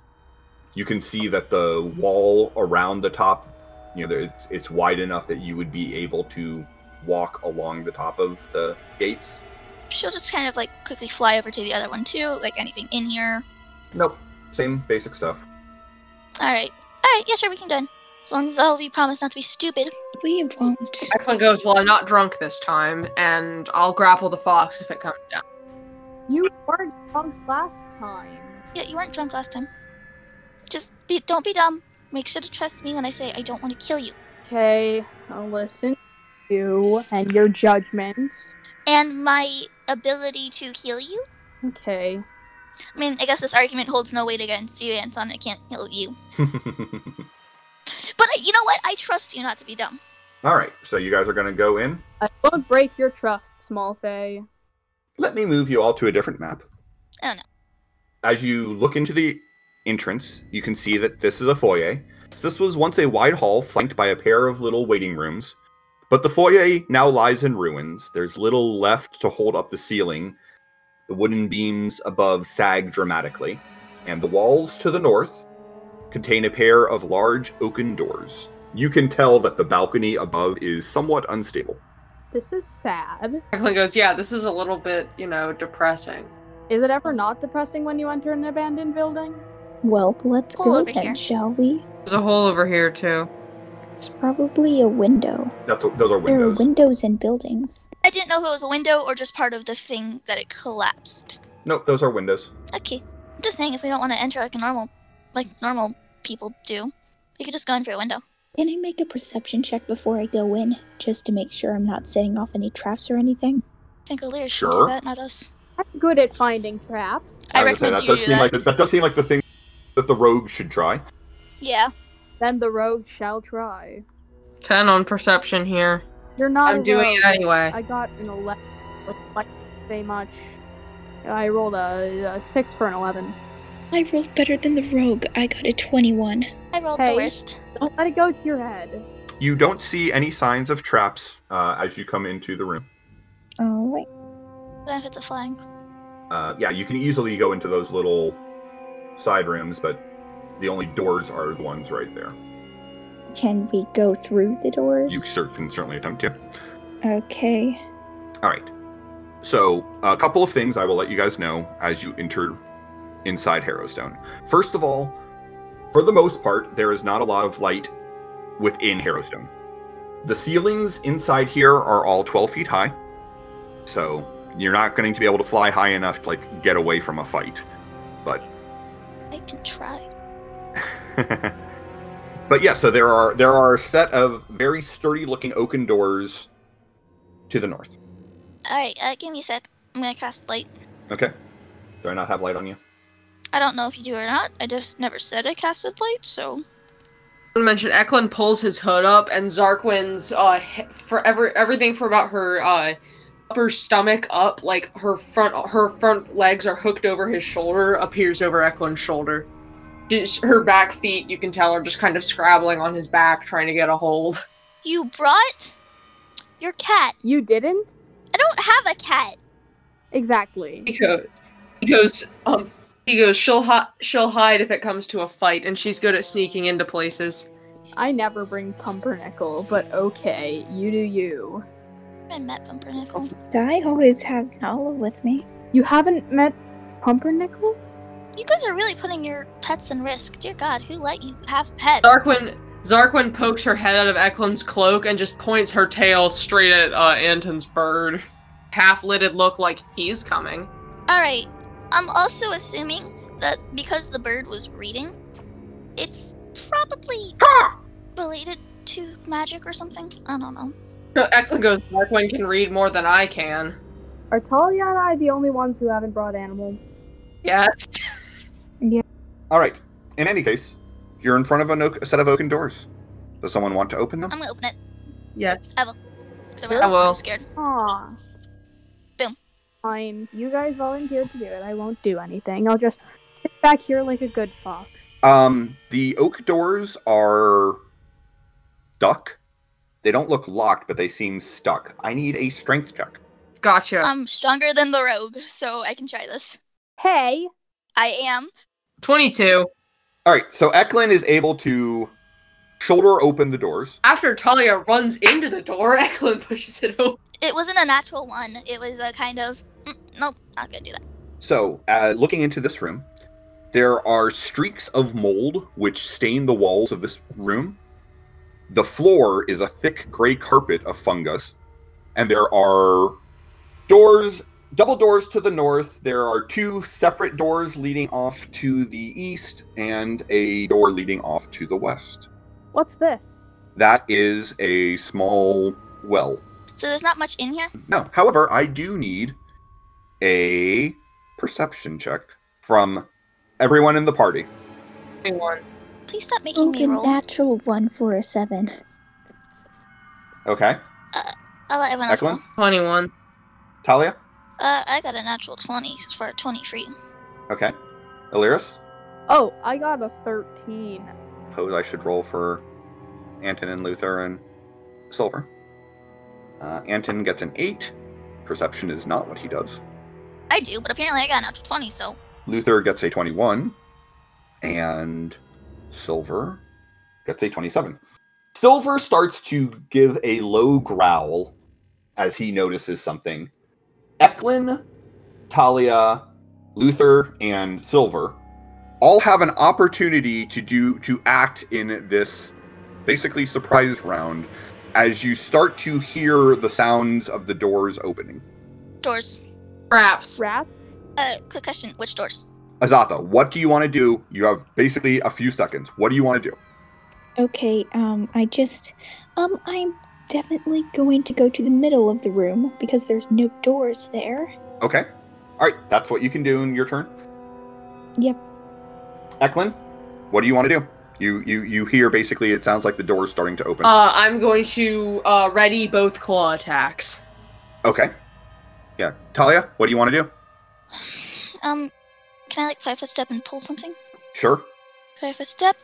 S2: You can see that the wall around the top, you know, it's, it's wide enough that you would be able to walk along the top of the gates.
S3: She'll just kind of like quickly fly over to the other one too, like anything in here.
S2: Nope. Same basic stuff.
S3: All right. All right. Yeah, sure, we can go. In. As long as all of you promise not to be stupid.
S4: We won't.
S1: Eklund goes, Well, I'm not drunk this time, and I'll grapple the fox if it comes down.
S5: You weren't drunk last time.
S3: Yeah, you weren't drunk last time. Just be, don't be dumb. Make sure to trust me when I say I don't want to kill you.
S5: Okay, I'll listen to you and your judgment.
S3: And my ability to heal you?
S5: Okay.
S3: I mean, I guess this argument holds no weight against you, Anton. I can't heal you. But you know what? I trust you not to be dumb.
S2: All right, so you guys are going to go in.
S5: I won't break your trust, Small Fay.
S2: Let me move you all to a different map.
S3: Oh no.
S2: As you look into the entrance, you can see that this is a foyer. This was once a wide hall flanked by a pair of little waiting rooms, but the foyer now lies in ruins. There's little left to hold up the ceiling. The wooden beams above sag dramatically, and the walls to the north contain a pair of large oaken doors. You can tell that the balcony above is somewhat unstable.
S5: This is sad.
S1: Eklund goes, Yeah, this is a little bit, you know, depressing.
S5: Is it ever not depressing when you enter an abandoned building?
S4: Well, let's
S3: Hole
S4: go
S3: over
S4: then,
S3: here.
S4: shall we?
S1: There's a hole over here, too.
S4: It's probably a window.
S2: That's what, those are
S4: There are
S2: windows.
S4: windows in buildings.
S3: I didn't know if it was a window or just part of the thing that it collapsed.
S2: no, those are windows.
S3: Okay. I'm just saying if we don't want to enter like a normal like normal people do, we could just go in through a window.
S4: Can I make a perception check before I go in, just to make sure I'm not setting off any traps or anything?
S3: I think O'Leary should
S2: Sure.
S3: do that, not us.
S5: I'm good at finding traps.
S3: I
S2: was gonna say,
S3: recommend
S2: that
S3: you
S2: does
S3: do
S2: seem
S3: that.
S2: like the, that does seem like the thing that the rogue should try.
S3: Yeah.
S5: Then the rogue shall try.
S1: 10 on perception here.
S5: You're not.
S1: I'm
S5: a
S1: doing it
S5: rogue.
S1: anyway.
S5: I got an 11. Like, like, say much. I rolled a, a 6 for an 11.
S4: I rolled better than the rogue. I got a 21.
S3: I rolled
S5: Hey.
S3: the worst.
S5: Don't let it go to your head.
S2: You don't see any signs of traps uh, as you come into the room.
S4: All right.
S3: Benefits of flying.
S2: Uh, yeah, you can easily go into those little side rooms, but the only doors are the ones right there.
S4: Can we go through the doors?
S2: You cer- can certainly attempt to.
S4: okay.
S2: All right. So, a couple of things I will let you guys know as you enter inside Harrowstone. First of all, for the most part, there is not a lot of light within Harrowstone. The ceilings inside here are all 12 feet high. So, you're not going to be able to fly high enough to like get away from a fight.
S3: I can try.
S2: but yeah, so there are there are a set of very sturdy looking oaken doors to the north.
S3: Alright, uh, give me a sec. I'm gonna cast light.
S2: Okay. Do I not have light on you?
S3: I don't know if you do or not. I just never said I casted light, so
S1: I mentioned Eklund pulls his hood up, and Zarquin's uh he- for every everything from about her uh upper stomach up, like her front her front legs are hooked over his shoulder, appears over Eklund's shoulder. Just her back feet, you can tell, are just kind of scrabbling on his back, trying to get a hold.
S3: you brought your cat.
S5: You didn't?
S3: I don't have a cat.
S5: Exactly.
S1: He goes, he goes, um, he goes. She'll hi- she'll hide if it comes to a fight, and she's good at sneaking into places.
S5: I never bring pumpernickel, but okay, you do you.
S3: I met Pumpernickel.
S4: I always have Nala with me.
S5: You haven't met pumpernickel?
S3: You guys are really putting your pets in risk. Dear God, who let you have pets?
S1: Zarquin Zarquin pokes her head out of Eklund's cloak and just points her tail straight at uh, Anton's bird. Half-lidded look like he's coming.
S3: All right. I'm also assuming that because the bird was reading, it's probably related to magic or something. I don't know.
S1: So Eklund goes, Zarquin can read more than I can.
S5: Are Talia and I the only ones who haven't brought animals?
S1: Yes.
S2: All right. In any case, you're in front of an oak, a set of oaken doors. Does someone want to open them?
S3: I'm gonna open it
S1: Yes.
S3: because everyone else
S1: I will.
S3: is so scared.
S5: Aw.
S3: Boom.
S5: Fine. You guys volunteered to do it. I won't do anything. I'll just sit back here like a good fox.
S2: Um, the oak doors are stuck. They don't look locked, but they seem stuck. I need a strength check.
S1: Gotcha.
S3: I'm stronger than the rogue, so I can try this.
S5: Hey!
S3: I am.
S1: Twenty-two.
S2: All right, so Eklund is able to shoulder open the doors.
S1: After Talia runs into the door, Eklund pushes it open.
S3: It wasn't a natural one. It was a kind of mm, nope, not gonna do that.
S2: So, uh, looking into this room, there are streaks of mold which stain the walls of this room. The floor is a thick gray carpet of fungus, and there are doors, double doors to the north. There are two separate doors leading off to the east and a door leading off to the west.
S11: What's this?
S2: That is a small well.
S3: So there's not much in here?
S2: No. However, I do need a perception check from everyone in the party.
S1: Anyone.
S3: Please stop making me
S4: a
S3: roll.
S4: natural one for a seven.
S2: Okay.
S3: Uh, I'll let everyone else
S2: Excellent.
S3: roll.
S1: 21.
S2: Talia?
S3: Uh, I got a natural 20 for 23.
S2: Okay. Illyris?
S11: Oh, I got a 13.
S2: Suppose I should roll for Anton and Luther and Silver. Uh, Anton gets an 8. Perception is not what he does.
S3: I do, but apparently I got a natural 20, so
S2: Luther gets a 21, and Silver gets a 27. Silver starts to give a low growl as he notices something. Eklund, Talia, Luther, and Silver all have an opportunity to do to act in this basically surprise round as you start to hear the sounds of the doors opening.
S3: doors.
S1: Perhaps.
S11: Rats?
S3: Uh, quick question. Which doors?
S2: Azatha, what do you want to do? You have basically a few seconds. What do you want to do?
S4: Okay, um, I just, um, I'm definitely going to go to the middle of the room because there's no doors there.
S2: Okay. All right, that's what you can do in your turn.
S4: Yep.
S2: Eklund, what do you want to do? You you you hear basically it sounds like the door is starting to open.
S1: Uh, I'm going to uh, ready both claw attacks.
S2: okay. Yeah. Talia, what do you want to do?
S3: Um, can I like five foot step and pull something?
S2: Sure.
S3: Five foot step,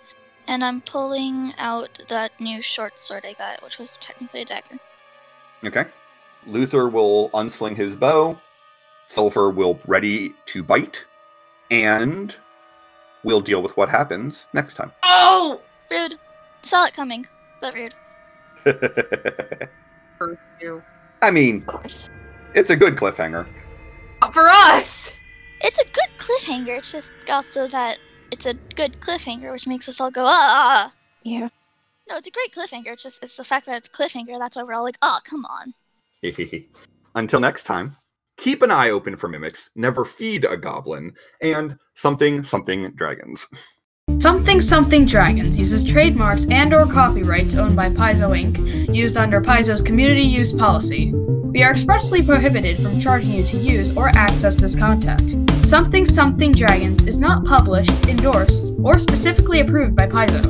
S3: and I'm pulling out that new short sword I got, which was technically a dagger.
S2: Okay. Luther will unsling his bow. Silver will ready to bite. And we'll deal with what happens next time.
S1: Oh!
S3: Rude. Saw it coming, but rude.
S1: For you.
S2: I mean,
S4: Of course.
S2: it's a good cliffhanger.
S1: Uh, For us!
S3: It's a good cliffhanger. It's just also that it's a good cliffhanger, which makes us all go ah.
S4: Yeah.
S3: No, it's a great cliffhanger. It's just it's the fact that it's a cliffhanger. That's why we're all like, oh, come on.
S2: Until next time, keep an eye open for mimics, never feed a goblin, and something, something dragons.
S5: Something Something Dragons uses trademarks and or copyrights owned by Paizo Inc. used under Paizo's community use policy. We are expressly prohibited from charging you to use or access this content. Something Something Dragons is not published, endorsed, or specifically approved by Paizo.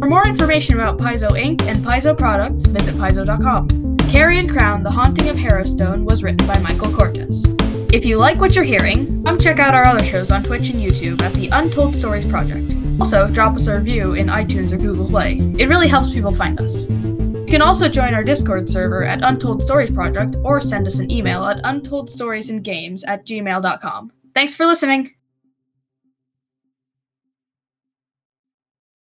S5: For more information about Paizo Inc. and Paizo products, visit paizo.com. Carrion Crown: The Haunting of Harrowstone was written by Michael Cortez. If you like what you're hearing, come check out our other shows on Twitch and YouTube at the Untold Stories Project. Also, drop us a review in iTunes or Google Play. It really helps people find us. You can also join our Discord server at Untold Stories Project or send us an email at untoldsstoriesandgames at gmail.com. Thanks for listening!